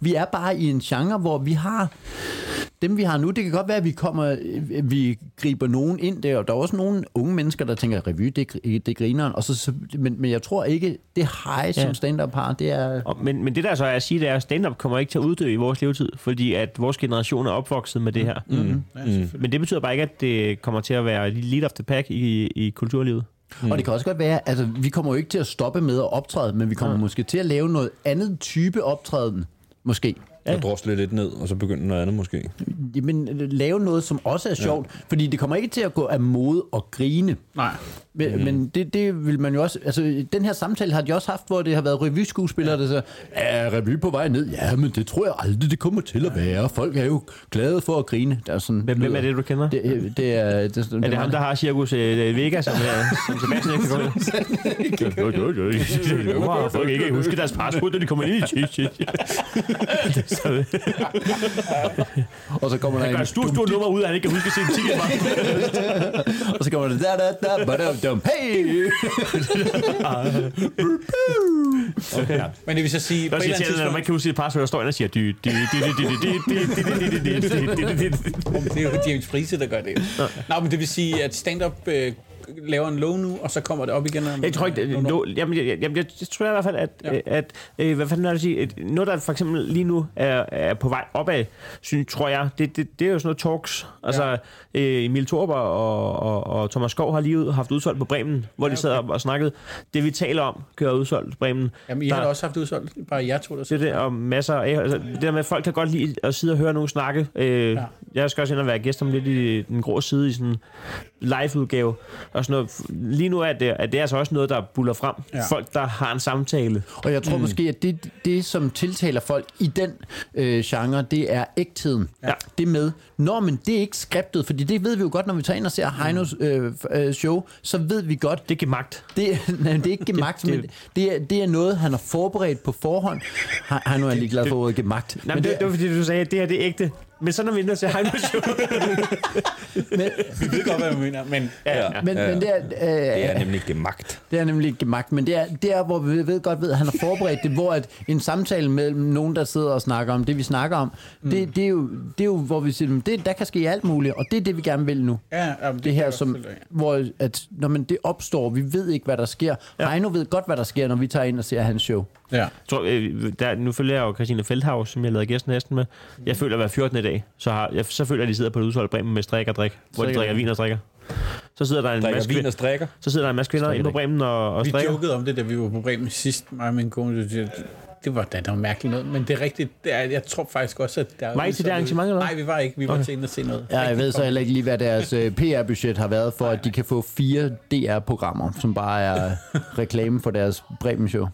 Speaker 3: Vi er bare i en genre, hvor vi har dem vi har nu, det kan godt være, at vi, kommer, øh, vi griber nogen ind der, og der er også nogle unge mennesker, der tænker, revy, det, er gr- det er grineren, og så, så, men, men jeg tror ikke, det hej, som
Speaker 4: Ja.
Speaker 3: stand-up har, det er...
Speaker 4: Og, men, men det der så er at sige, det er, at stand-up kommer ikke til at uddø i vores levetid, fordi at vores generation er opvokset med det her. Mm.
Speaker 2: Ja, selvfølgelig.
Speaker 4: Men det betyder bare ikke, at det kommer til at være lead of the pack i, i kulturlivet.
Speaker 3: Mm. Og det kan også godt være, altså vi kommer jo ikke til at stoppe med at optræde, men vi kommer ja. måske til at lave noget andet type optræden, måske.
Speaker 1: Ja. Og drosle lidt ned, og så begynde noget andet måske.
Speaker 3: Men lave noget, som også er sjovt, ja. fordi det kommer ikke til at gå af mode og grine.
Speaker 2: Nej.
Speaker 3: Men,
Speaker 4: Mhm.
Speaker 3: mm. men det, det vil man jo også... Altså, den her samtale har de også haft, hvor det har været revyskuespillere, der siger, er revy på vej ned? Ja, men det tror jeg aldrig, det kommer til at være. Folk er jo glade for at grine. Der er sådan,
Speaker 4: Hvem, hvem er det, du kender? Det,
Speaker 3: Det, øh, det er, det, det,
Speaker 4: er det ham, der har Cirkus øh, Vega, som, øh, som Sebastian ikke kan komme ind? Nu har folk ikke huske deres password, når de kommer ind i shit, shit. Så øh,
Speaker 3: Og så kommer der
Speaker 4: gør
Speaker 3: en...
Speaker 4: et stort, stort nummer ud, at han ikke kan huske sin ticket.
Speaker 3: Og så kommer der... Da, da, da, badam, dum. Hey!
Speaker 2: Men det vil så sige,
Speaker 4: Det
Speaker 2: på
Speaker 4: er
Speaker 2: et
Speaker 4: også
Speaker 2: eller andet
Speaker 4: irriterende, når
Speaker 2: tidspunkt,
Speaker 4: man ikke kan huske sit password, der står ind og siger... dy, dy, dy, dy, dy, dy, dy, dy, dy, dy, dy, dy, dy, dy, dy, dy.
Speaker 2: Om det er jo James Price, der gør det. Nå, men det vil sige, at stand-up øh, laver en low nu, og så kommer det op igen. om-
Speaker 4: Jeg tror ikke, det,
Speaker 2: om-
Speaker 4: no, jamen, jeg, jeg, jeg, jeg tror i hvert fald, at,
Speaker 2: Ja.
Speaker 4: ja. at, at øh, hvad fanden er det at sige, at noget, der for eksempel lige nu er, er på vej opad, synes, tror jeg, det, det, det er jo sådan noget talks. Altså, ja. øh, Emil Torber og, og, og Thomas Skov har lige ud, haft udsolgt på Bremen, hvor ja, okay. de sad op og snakkede. Det, vi taler om, kører udsolgt på Bremen.
Speaker 2: Jamen, I
Speaker 4: Der-
Speaker 2: har da også haft udsolgt. Bare jer to, der
Speaker 4: det er det, og masser af, altså, det der med, at folk kan godt lide at sidde og høre nogen snakke. Øh,
Speaker 2: Ja.
Speaker 4: ja. Jeg skal også ind og være gæst om lidt i den grå side i sådan en live-udgave. Og sådan noget. Lige nu er det, at det er altså også noget, der buller frem.
Speaker 2: Ja.
Speaker 4: Ja. Folk, der har en samtale.
Speaker 3: Og jeg tror mm. måske, at det, det, som tiltaler folk i den øh, genre, det er ægtheden.
Speaker 4: Ja.
Speaker 3: Det med, når men det er ikke skriptet, fordi det ved vi jo godt, når vi tager ind og ser Heinos øh, f- øh, show, så ved vi godt,
Speaker 4: Det giver magt.
Speaker 3: det, nej, det er ikke gemagt,
Speaker 4: Det-
Speaker 3: det,
Speaker 4: det-
Speaker 3: det, men det er, det er noget, han har forberedt på forhånd. Han, han er jo ligeglad for ordet gemagt. men
Speaker 4: Nej, men det, det, var fordi, du sagde, at det her det er ægte. Men så når vi ender til Heino Show.
Speaker 2: Vi ved godt, hvad jeg mener, men
Speaker 1: Ja.
Speaker 3: men, men det, er, øh,
Speaker 1: Det er nemlig gemagt.
Speaker 3: det er nemlig ikke gemagt, men det er, det er, hvor vi ved, godt ved, at han har forberedt det, hvor at en samtale mellem nogen, der sidder og snakker om det, vi snakker om, det, det, er, jo, det er jo, hvor vi siger, "Men det, der kan ske alt muligt, og det er det, vi gerne vil nu.
Speaker 2: ja, jamen, det,
Speaker 3: det her,
Speaker 2: kan jeg
Speaker 3: som,
Speaker 2: godt følge dig i.
Speaker 3: hvor at, når man, det opstår, vi ved ikke, hvad der sker. Ja. Heino ved godt, hvad der sker, når vi tager ind og ser hans show.
Speaker 2: Ja.
Speaker 4: Jeg tror, øh, der, nu følger jeg jo Christina Feldhaus, som jeg lavede gæsten næsten med. Jeg føler, at hver 14. i dag, så, har, jeg, så føler jeg, at de sidder på et udsolgt bremen med strik og drik. Hvor de
Speaker 3: Strikker.
Speaker 4: drikker vin og drikker. Så sidder der en
Speaker 1: Drikker
Speaker 4: masse
Speaker 1: vin og
Speaker 4: kvinder,
Speaker 1: strikker.
Speaker 4: så sidder der en masse kvinder inde på bremen og, og
Speaker 2: Vi
Speaker 4: strikker.
Speaker 2: jokede om det, da vi var på Bremen sidst, mig og min kone. Det, det- det var da noget mærkeligt noget, men det er rigtigt. Det er, jeg tror faktisk også, at der er
Speaker 4: Var I til det
Speaker 2: udsolgt.
Speaker 4: arrangement, eller hvad?
Speaker 2: Nej, vi var ikke. Vi var okay. til inde og se noget.
Speaker 3: Ja, jeg
Speaker 2: rigtig
Speaker 3: ved så
Speaker 2: godt.
Speaker 3: heller ikke lige, hvad deres øh, PR-budget har været for, at de kan få fire DR-programmer, som bare er reklame for deres Bremen-show.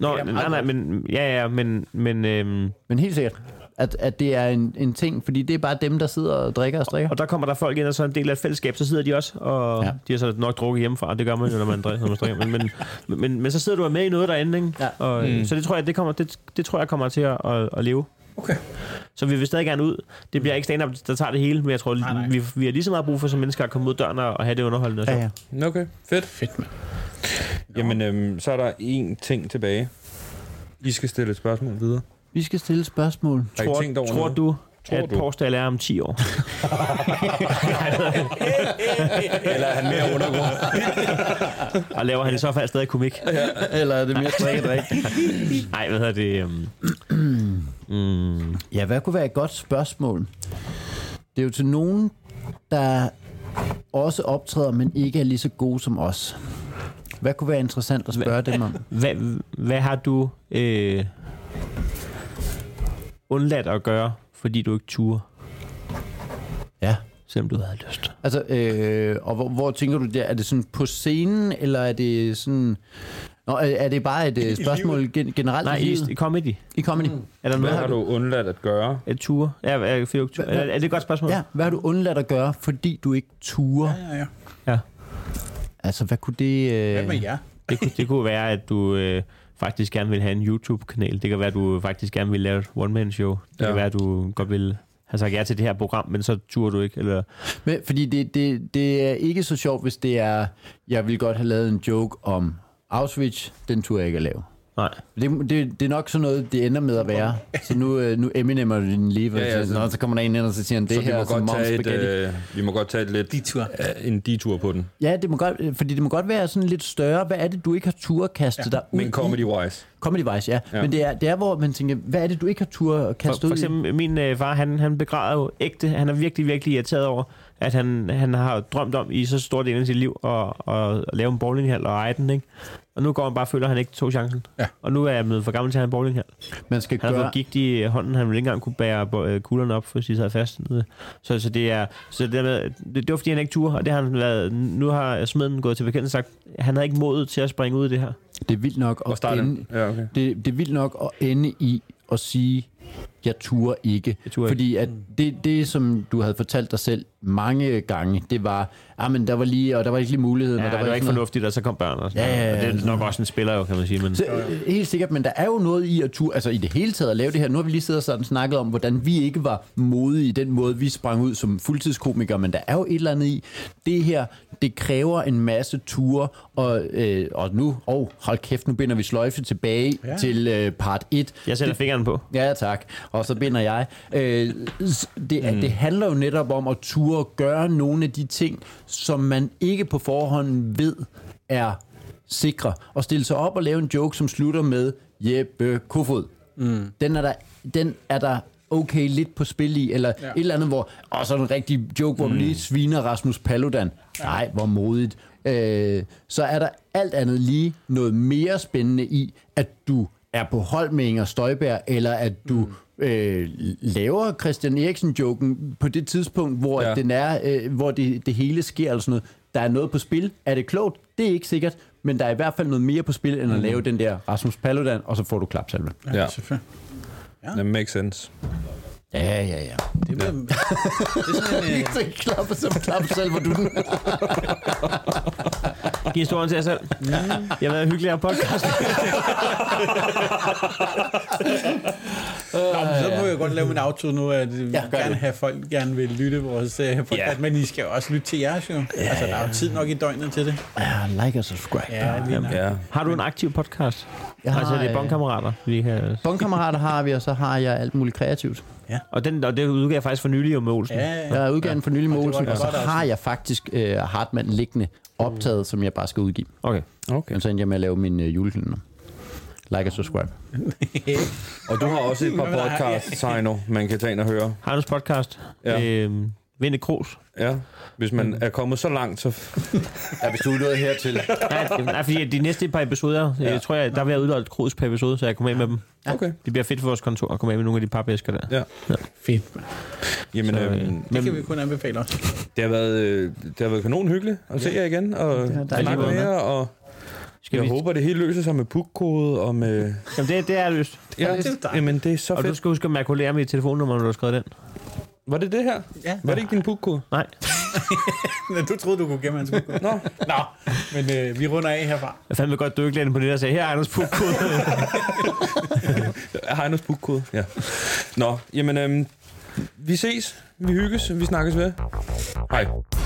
Speaker 4: Nå, nej, nej, men, ja, ja, men, men øhm,
Speaker 3: Men helt sikkert. at, at det er en, en ting, fordi det er bare dem, der sidder og drikker og strikker.
Speaker 4: Og der kommer der folk ind, og så er en del af et fællesskab, så sidder de også, og
Speaker 3: Ja.
Speaker 4: ja. de har så nok drukket hjemmefra, det gør man jo, når man drikker, når man strikker. Men, men, men, men, men, så sidder du med i noget derinde, ikke?
Speaker 3: Ja.
Speaker 4: Og, mm. Så det tror jeg, det, kommer, det, det tror jeg kommer til at, at, at leve.
Speaker 2: Okay.
Speaker 4: Så vi vil stadig gerne ud. Det
Speaker 3: Mm.
Speaker 4: bliver ikke stand-up, der tager det hele, men jeg tror, nej,
Speaker 2: nej.
Speaker 4: nej. Vi, vi har lige så meget brug for som mennesker at komme ud døren og og have det underholdende. Og
Speaker 3: Ja,
Speaker 4: sjovt.
Speaker 3: ja.
Speaker 1: Okay, fedt.
Speaker 2: Fedt, mand.
Speaker 1: Jamen, øhm, så er der én ting tilbage. I skal stille et spørgsmål videre.
Speaker 3: Vi skal stille spørgsmål.
Speaker 1: Har I tænkt
Speaker 4: Tror,
Speaker 1: over
Speaker 4: tror
Speaker 1: noget?
Speaker 4: du,
Speaker 1: Tror
Speaker 4: at
Speaker 1: du?
Speaker 4: Porsdal er om 10 år?
Speaker 1: Eller er han mere undergrund?
Speaker 4: Og laver han i så fald stadig komik?
Speaker 3: Eller er det mere drikke, drikke?
Speaker 4: Nej, hvad hedder det? Um, mm,
Speaker 3: Ja, hvad kunne være et godt spørgsmål? Det er jo til nogen, der også optræder, men ikke er lige så gode som os. Hvad kunne være interessant at spørge dem om?
Speaker 4: hvad, hvad har du øh, undladt at gøre, fordi du ikke turde,
Speaker 3: Ja.
Speaker 4: selvom du havde lyst?
Speaker 3: Altså, øh, og hvor, hvor tænker du det? Er det sådan på scenen, eller er det sådan... Nå, er- er det bare et øh, spørgsmål gen- generelt
Speaker 4: Nej,
Speaker 3: i livet?
Speaker 4: i, i comedy.
Speaker 3: I comedy? Mm.
Speaker 4: Er der
Speaker 1: Hvad
Speaker 4: noget,
Speaker 1: har du undladt at gøre?
Speaker 4: At ture? Ja, er, er, er, er, er det et godt spørgsmål?
Speaker 3: Ja, hvad har du undladt at gøre, fordi du ikke turer?
Speaker 2: Ja, ja.
Speaker 4: ja.
Speaker 3: Altså, hvad kunne det...
Speaker 2: Hvad med
Speaker 3: Øh...
Speaker 2: jer?
Speaker 4: Det, kunne, det kunne være, at du øh, faktisk gerne vil have en YouTube-kanal. Det kan være, at du faktisk gerne vil lave et one-man-show. Det ja.
Speaker 1: Ja.
Speaker 4: kan være, at du godt vil have sagt ja til det her program, men så turde du ikke. Eller,
Speaker 3: Men, fordi det, det, det er ikke så sjovt, hvis det er... Jeg vil godt have lavet en joke om Auschwitz. Den turde jeg ikke at lave.
Speaker 4: nej.
Speaker 3: Det, det, det er nok sådan noget, det ender med at være. Så nu, øh, nu Eminemmer du din lige, ja,
Speaker 1: Ja,
Speaker 3: ja,
Speaker 1: ja,
Speaker 3: så,
Speaker 1: så-
Speaker 3: Nå, så kommer der en ind, og så siger han, det
Speaker 1: Så vi
Speaker 3: her
Speaker 1: må,
Speaker 3: er som
Speaker 1: godt
Speaker 3: moms
Speaker 1: tage et,
Speaker 3: spaghetti.
Speaker 1: øh, vi må godt tage et lidt...
Speaker 2: Detur.
Speaker 1: øh, en detur på den.
Speaker 3: Ja, det må godt, øh, fordi det må godt være sådan lidt større. Hvad er det, du ikke har tur at kaste ja, dig ud
Speaker 1: Men
Speaker 3: i?
Speaker 1: comedy-wise.
Speaker 3: Comedy-wise, ja. ja.
Speaker 1: Ja.
Speaker 3: Men det er, det er, hvor man tænker, hvad er det, du ikke har tur at
Speaker 4: For,
Speaker 3: kaste
Speaker 4: for
Speaker 3: ud i?
Speaker 4: eksempel min øh, far, han, han begræder jo ægte. Han er virkelig, virkelig irriteret over, at han, han har drømt om i så stor del af sit liv at, at, at lave en bowlinghal og eje den. Ikke? Og nu går han bare og føler, at han ikke tog chancen.
Speaker 2: Ja.
Speaker 4: Og nu er jeg blevet for gammel til at have en bowlinghal.
Speaker 3: Man skal
Speaker 4: Han har
Speaker 3: gøre...
Speaker 4: fået gigt i hånden, han ville ikke engang kunne bære bo- øh, kuglerne op, fordi de sad fast. nede. Så, så det er så det, der med, det, det var fordi, han ikke turde, og det har han været, nu har smeden gået til bekendt og sagt, han havde ikke modet til at springe ud i det her.
Speaker 3: Det er vildt nok
Speaker 1: Og
Speaker 3: at
Speaker 1: starte
Speaker 3: ende,
Speaker 1: den. Ja, okay.
Speaker 3: det, det er vildt nok at ende i at sige, jeg turer ikke.
Speaker 4: Jeg turer
Speaker 3: Fordi at det, det, som du havde fortalt dig selv mange gange, det var, ah, men der var lige, og der var ikke lige muligheden.
Speaker 4: Ja,
Speaker 3: og der
Speaker 4: det var ikke
Speaker 3: sådan noget."
Speaker 4: fornuftigt, og så kom børn og sådan
Speaker 3: Ja, ja,
Speaker 4: noget.
Speaker 3: ja.
Speaker 4: Og det er nok også en spiller, jo, kan man sige. Men,
Speaker 3: Så, øh, helt sikkert, men der er jo noget i at ture, altså i det hele taget at lave det her. Nu har vi lige siddet og sådan snakket om, hvordan vi ikke var modige i den måde, vi sprang ud som fuldtidskomikere, men der er jo et eller andet i. Det her, det kræver en masse ture, og, øh, og nu, åh, oh, hold kæft, nu binder vi sløjfe tilbage ja. til øh, part 1.
Speaker 4: jeg sætter fingeren på.
Speaker 3: Ja, tak. Og så binder jeg. Øh, s- det, mm. det handler jo netop om at ture gøre nogle af de ting, som man ikke på forhånd ved er sikre. Og stille sig op og lave en joke, som slutter med Jeppe Kofod. Mm. Den er der, den er der okay lidt på spil i, eller ja. et eller andet, hvor, og så en rigtig joke, hvor mm. man lige sviner Rasmus Paludan. Nej, hvor modigt. Øh, så er der alt andet lige noget mere spændende i, at du er på hold med Inger Støjberg, eller at du mm. øh, laver Christian Eriksen-joken på det tidspunkt, hvor, ja.
Speaker 1: Ja.
Speaker 3: den er, øh, hvor det, det hele sker, eller sådan noget. Der er noget på spil. Er det klogt? Det er ikke sikkert, men der er i hvert fald noget mere på spil, end at lave den der Rasmus Paludan, og så får du klapsalve.
Speaker 1: Ja,
Speaker 2: Selvfølgelig.
Speaker 1: that makes sense.
Speaker 3: Ja, ja, ja.
Speaker 2: Det er, det er sådan en... øh,
Speaker 3: Så klapper som klapsalver, du den.
Speaker 4: Giv historien til jer selv. Jeg har været hyggelig af podcast.
Speaker 2: Nå, men så må jeg godt lave min outro nu, at vi
Speaker 3: Ja,
Speaker 2: ja,
Speaker 3: gør
Speaker 2: gerne
Speaker 3: det.
Speaker 2: have folk gerne vil lytte vores øh, podcast,
Speaker 4: Ja.
Speaker 2: men I skal jo også lytte til jeres jo. altså, der er jo tid nok i døgnet til det.
Speaker 3: Ja, Ah, like og subscribe.
Speaker 2: Ja, lige nok.
Speaker 1: Ja.
Speaker 4: Har du en aktiv podcast?
Speaker 3: Jeg har,
Speaker 4: altså, det
Speaker 3: øh,
Speaker 4: er bondkammerater, vi kan...
Speaker 3: Bondkammerater har vi, og så har jeg alt muligt kreativt.
Speaker 4: Og, den, og det udgav jeg faktisk for nylig jo med Olsen.
Speaker 2: Ja, ja, ja.
Speaker 3: Jeg er udgivet for nylig med
Speaker 2: Og det var
Speaker 3: Olsen,
Speaker 2: godt
Speaker 3: og så
Speaker 2: også.
Speaker 3: har jeg faktisk øh, Hartmann liggende optaget, som jeg bare skal udgive.
Speaker 4: Okay.
Speaker 1: Okay.
Speaker 3: Men så endte jeg med at lave min øh, julekalender. Like og subscribe.
Speaker 1: Og du har også et par podcasts, Heino, man kan tage ind og høre.
Speaker 4: Harnos podcast.
Speaker 1: Ja.
Speaker 4: Øhm, Vinde Kros.
Speaker 1: Ja. Hvis man er kommet så langt, så...
Speaker 3: Ja, hvis du er nået hertil.
Speaker 4: Nej, nej, fordi de næste par episoder, ja. jeg tror jeg, der vil jeg udløbe krus per episode, så jeg kommer af med dem.
Speaker 1: Okay.
Speaker 4: Det bliver fedt for vores kontor at komme af med nogle af de papæsker der.
Speaker 1: Ja.
Speaker 2: Fedt, man.
Speaker 1: Jamen,
Speaker 4: Så, øh,
Speaker 1: øhm,
Speaker 2: Det kan vi kun anbefale os.
Speaker 1: det, har været, øh, det har været kanon hyggeligt at se jer igen, og
Speaker 3: har
Speaker 1: ja,
Speaker 3: dejligt
Speaker 1: snakke
Speaker 4: været
Speaker 1: med jer, og
Speaker 4: Skal
Speaker 1: Jeg
Speaker 4: vi...
Speaker 1: håber, det hele løser sig med pukkode og med...
Speaker 4: Jamen, det, det er løst.
Speaker 1: Ja,
Speaker 2: det er dejligt.
Speaker 1: jamen, det er så
Speaker 4: Og du
Speaker 1: fedt.
Speaker 4: skal huske at makulere mit telefonnummer, når du har skrevet den.
Speaker 1: Var det det her?
Speaker 2: Ja.
Speaker 1: Var det ikke din pukkode?
Speaker 4: Nej.
Speaker 2: Men du troede, du kunne gemme hans bud.
Speaker 1: Nå,
Speaker 2: Nå, men øh, vi runder af herfra.
Speaker 4: Jeg fandt mig godt, du ikke lagde den på det, der sagde, her er Anders Pukkode.
Speaker 1: Heinos pukkode. Ja. Nå, jamen, øhm, vi ses, vi hygges, vi snakkes ved. Hej.